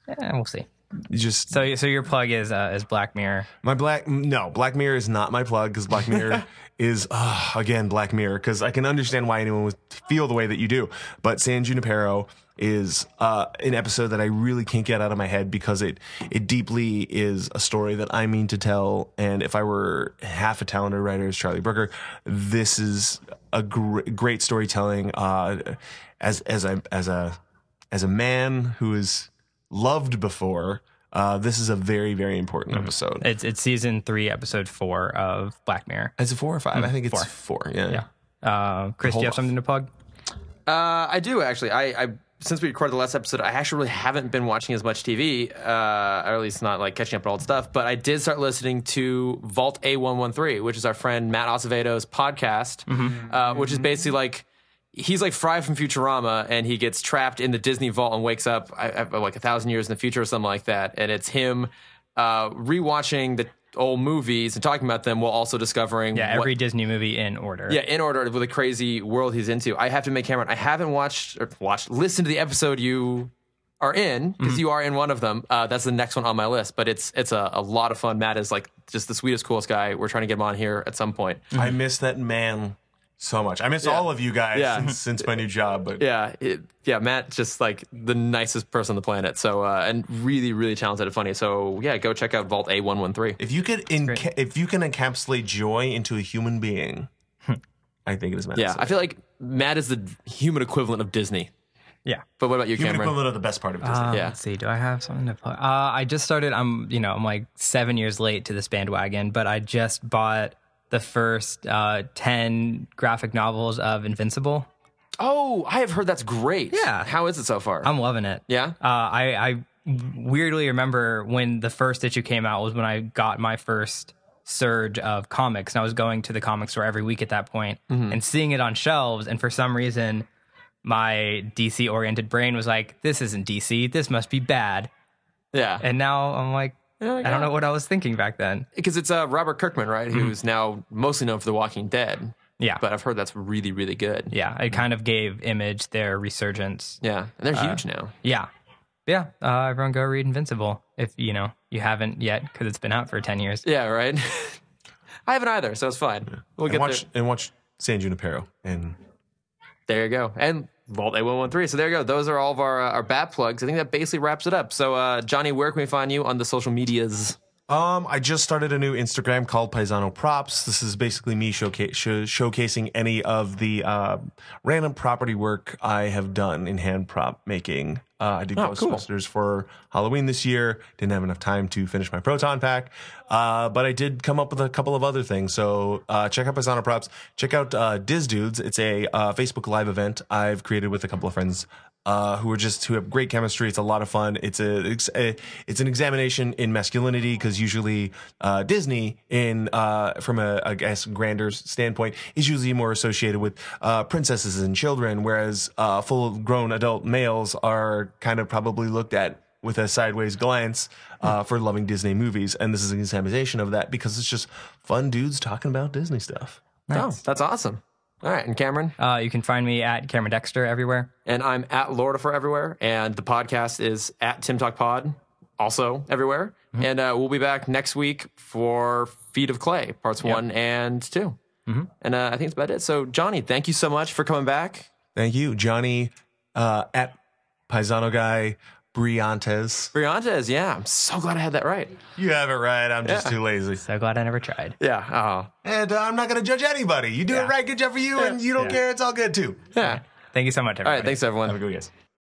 Speaker 2: Eh, we'll see.
Speaker 3: just
Speaker 2: So, so your plug is uh, is Black Mirror.
Speaker 3: My black no Black Mirror is not my plug because Black Mirror is uh, again Black Mirror because I can understand why anyone would feel the way that you do, but San Junipero is uh, an episode that I really can't get out of my head because it it deeply is a story that I mean to tell, and if I were half a talented writer as Charlie Brooker, this is a gr- great storytelling. Uh, as as a as a as a man who is loved before. Uh, this is a very, very important episode.
Speaker 2: It's it's season three, episode four of Black Mirror.
Speaker 3: It's a four or five. I think it's Mm, four. Yeah.
Speaker 2: Yeah. Uh, Chris, do you have
Speaker 3: off.
Speaker 2: something to plug?
Speaker 1: Uh, I do actually. I, I since we recorded the last episode, I actually really haven't been watching as much TV, uh, or at least not like catching up on old stuff. But I did start listening to Vault A one one three, which is our friend Matt Acevedo's podcast,
Speaker 2: Mm-hmm.
Speaker 1: uh, which is basically like. He's like Fry from Futurama, and he gets trapped in the Disney vault and wakes up I, I, like a thousand years in the future or something like that. And it's him uh, rewatching the old movies and talking about them while also discovering
Speaker 2: Yeah,
Speaker 1: what-
Speaker 2: every Disney movie in order.
Speaker 1: yeah, in order with a crazy world he's into. I have to make Cameron. I haven't watched or watched listened to the episode you are in because
Speaker 2: Mm-hmm.
Speaker 1: you are in one of them. Uh, that's the next one on my list, but it's it's a, a lot of fun. Matt is like just the sweetest, coolest guy. We're trying to get him on here at some point.
Speaker 3: I miss that man so much. I miss all of you guys
Speaker 1: Mm-hmm. Yeah.
Speaker 3: since, since my new job, but
Speaker 1: Yeah, it, yeah, Matt just like the nicest person on the planet. So uh, and really, really talented and funny. So yeah, go check out Vault A one one three.
Speaker 3: if you could enca- if you can encapsulate joy into a human being, I think it is Matt.
Speaker 1: Hmm. Yeah,
Speaker 3: Singer.
Speaker 1: I feel like Matt is the human equivalent of Disney.
Speaker 2: Yeah.
Speaker 1: But what about you,
Speaker 3: human
Speaker 1: Cameron?
Speaker 3: equivalent of the best part of Disney.
Speaker 2: Um,
Speaker 1: Yeah.
Speaker 2: Let's see. Do I have something to plug? Uh, I just started. I'm, you know, I'm like seven years late to this bandwagon, but I just bought the first uh, ten graphic novels of Invincible.
Speaker 1: Oh, I have heard that's great.
Speaker 2: Yeah.
Speaker 1: how is it so far?
Speaker 2: I'm loving it.
Speaker 1: yeah,
Speaker 2: Uh, I, I weirdly remember when the first issue came out was when I got my first surge of comics, and I was going to the comic store every week at that point and seeing it on shelves. And for some reason, my DC oriented brain was like, "This isn't DC. This must be bad."
Speaker 1: yeah.
Speaker 2: And now I'm like, I don't know what I was thinking back then.
Speaker 1: because it's uh, Robert Kirkman, right? Who's now mostly known for The Walking Dead,
Speaker 2: Yeah,
Speaker 1: but I've heard that's really, really good.
Speaker 2: yeah, it kind of gave Image their resurgence.
Speaker 1: Yeah, and they're huge now.
Speaker 2: Yeah, yeah. Uh, everyone, go read Invincible if you know you haven't yet because it's been out for ten years.
Speaker 1: Yeah, right. I haven't either, so it's fine. We'll
Speaker 3: and
Speaker 1: get
Speaker 3: watch
Speaker 1: there.
Speaker 3: and watch San Junipero and
Speaker 1: There you go, and Vault A one one three. So there you go. Those are all of our uh, our bat plugs. I think that basically wraps it up. So uh, Johnny, where can we find you on the social medias?
Speaker 3: Um, I just started a new Instagram called Paisano Props. This is basically me showca- sho- showcasing any of the uh, random property work I have done in hand prop making. Uh, I did
Speaker 1: Oh, cool.
Speaker 3: Ghostbusters for Halloween this year. Didn't have enough time to finish my proton pack, uh, but I did come up with a couple of other things. So uh, check out Paisano Props. Check out uh, Diz Dudes. It's a uh, Facebook Live event I've created with a couple of friends uh, who are just who have great chemistry. It's a lot of fun. It's a it's, a, it's an examination in masculinity because usually uh, Disney, in uh, from a I guess grander standpoint, is usually more associated with uh, princesses and children, whereas uh, full grown adult males are kind of probably looked at with a sideways glance uh, for loving Disney movies. And this is an examination of that because it's just fun dudes talking about Disney stuff.
Speaker 1: Oh, that's awesome. All right, and Cameron,
Speaker 2: Uh, you can find me at Cameron Dexter everywhere.
Speaker 1: and I'm at Lorda for everywhere, and the podcast is at Tim Talk Pod, also everywhere.
Speaker 3: Mm-hmm.
Speaker 1: And uh, we'll be back next week for Feet of Clay, parts one and 2
Speaker 3: Mm-hmm.
Speaker 1: And uh, I think that's about it. So, Johnny, thank you so much for coming back.
Speaker 3: Thank you, Johnny, uh, at Paisano Guy Briantes.
Speaker 1: Briantes, yeah, I'm so glad I had that right.
Speaker 3: You have it right. I'm just too lazy.
Speaker 2: So glad I never tried.
Speaker 1: Yeah. Oh,
Speaker 3: And uh, I'm not going to judge anybody. You do it right. Good job for you. And you don't care. It's all good, too.
Speaker 1: yeah.
Speaker 2: Thank you so much,
Speaker 1: All
Speaker 2: everybody.
Speaker 1: right. Thanks, everyone.
Speaker 3: Have a good one, guys.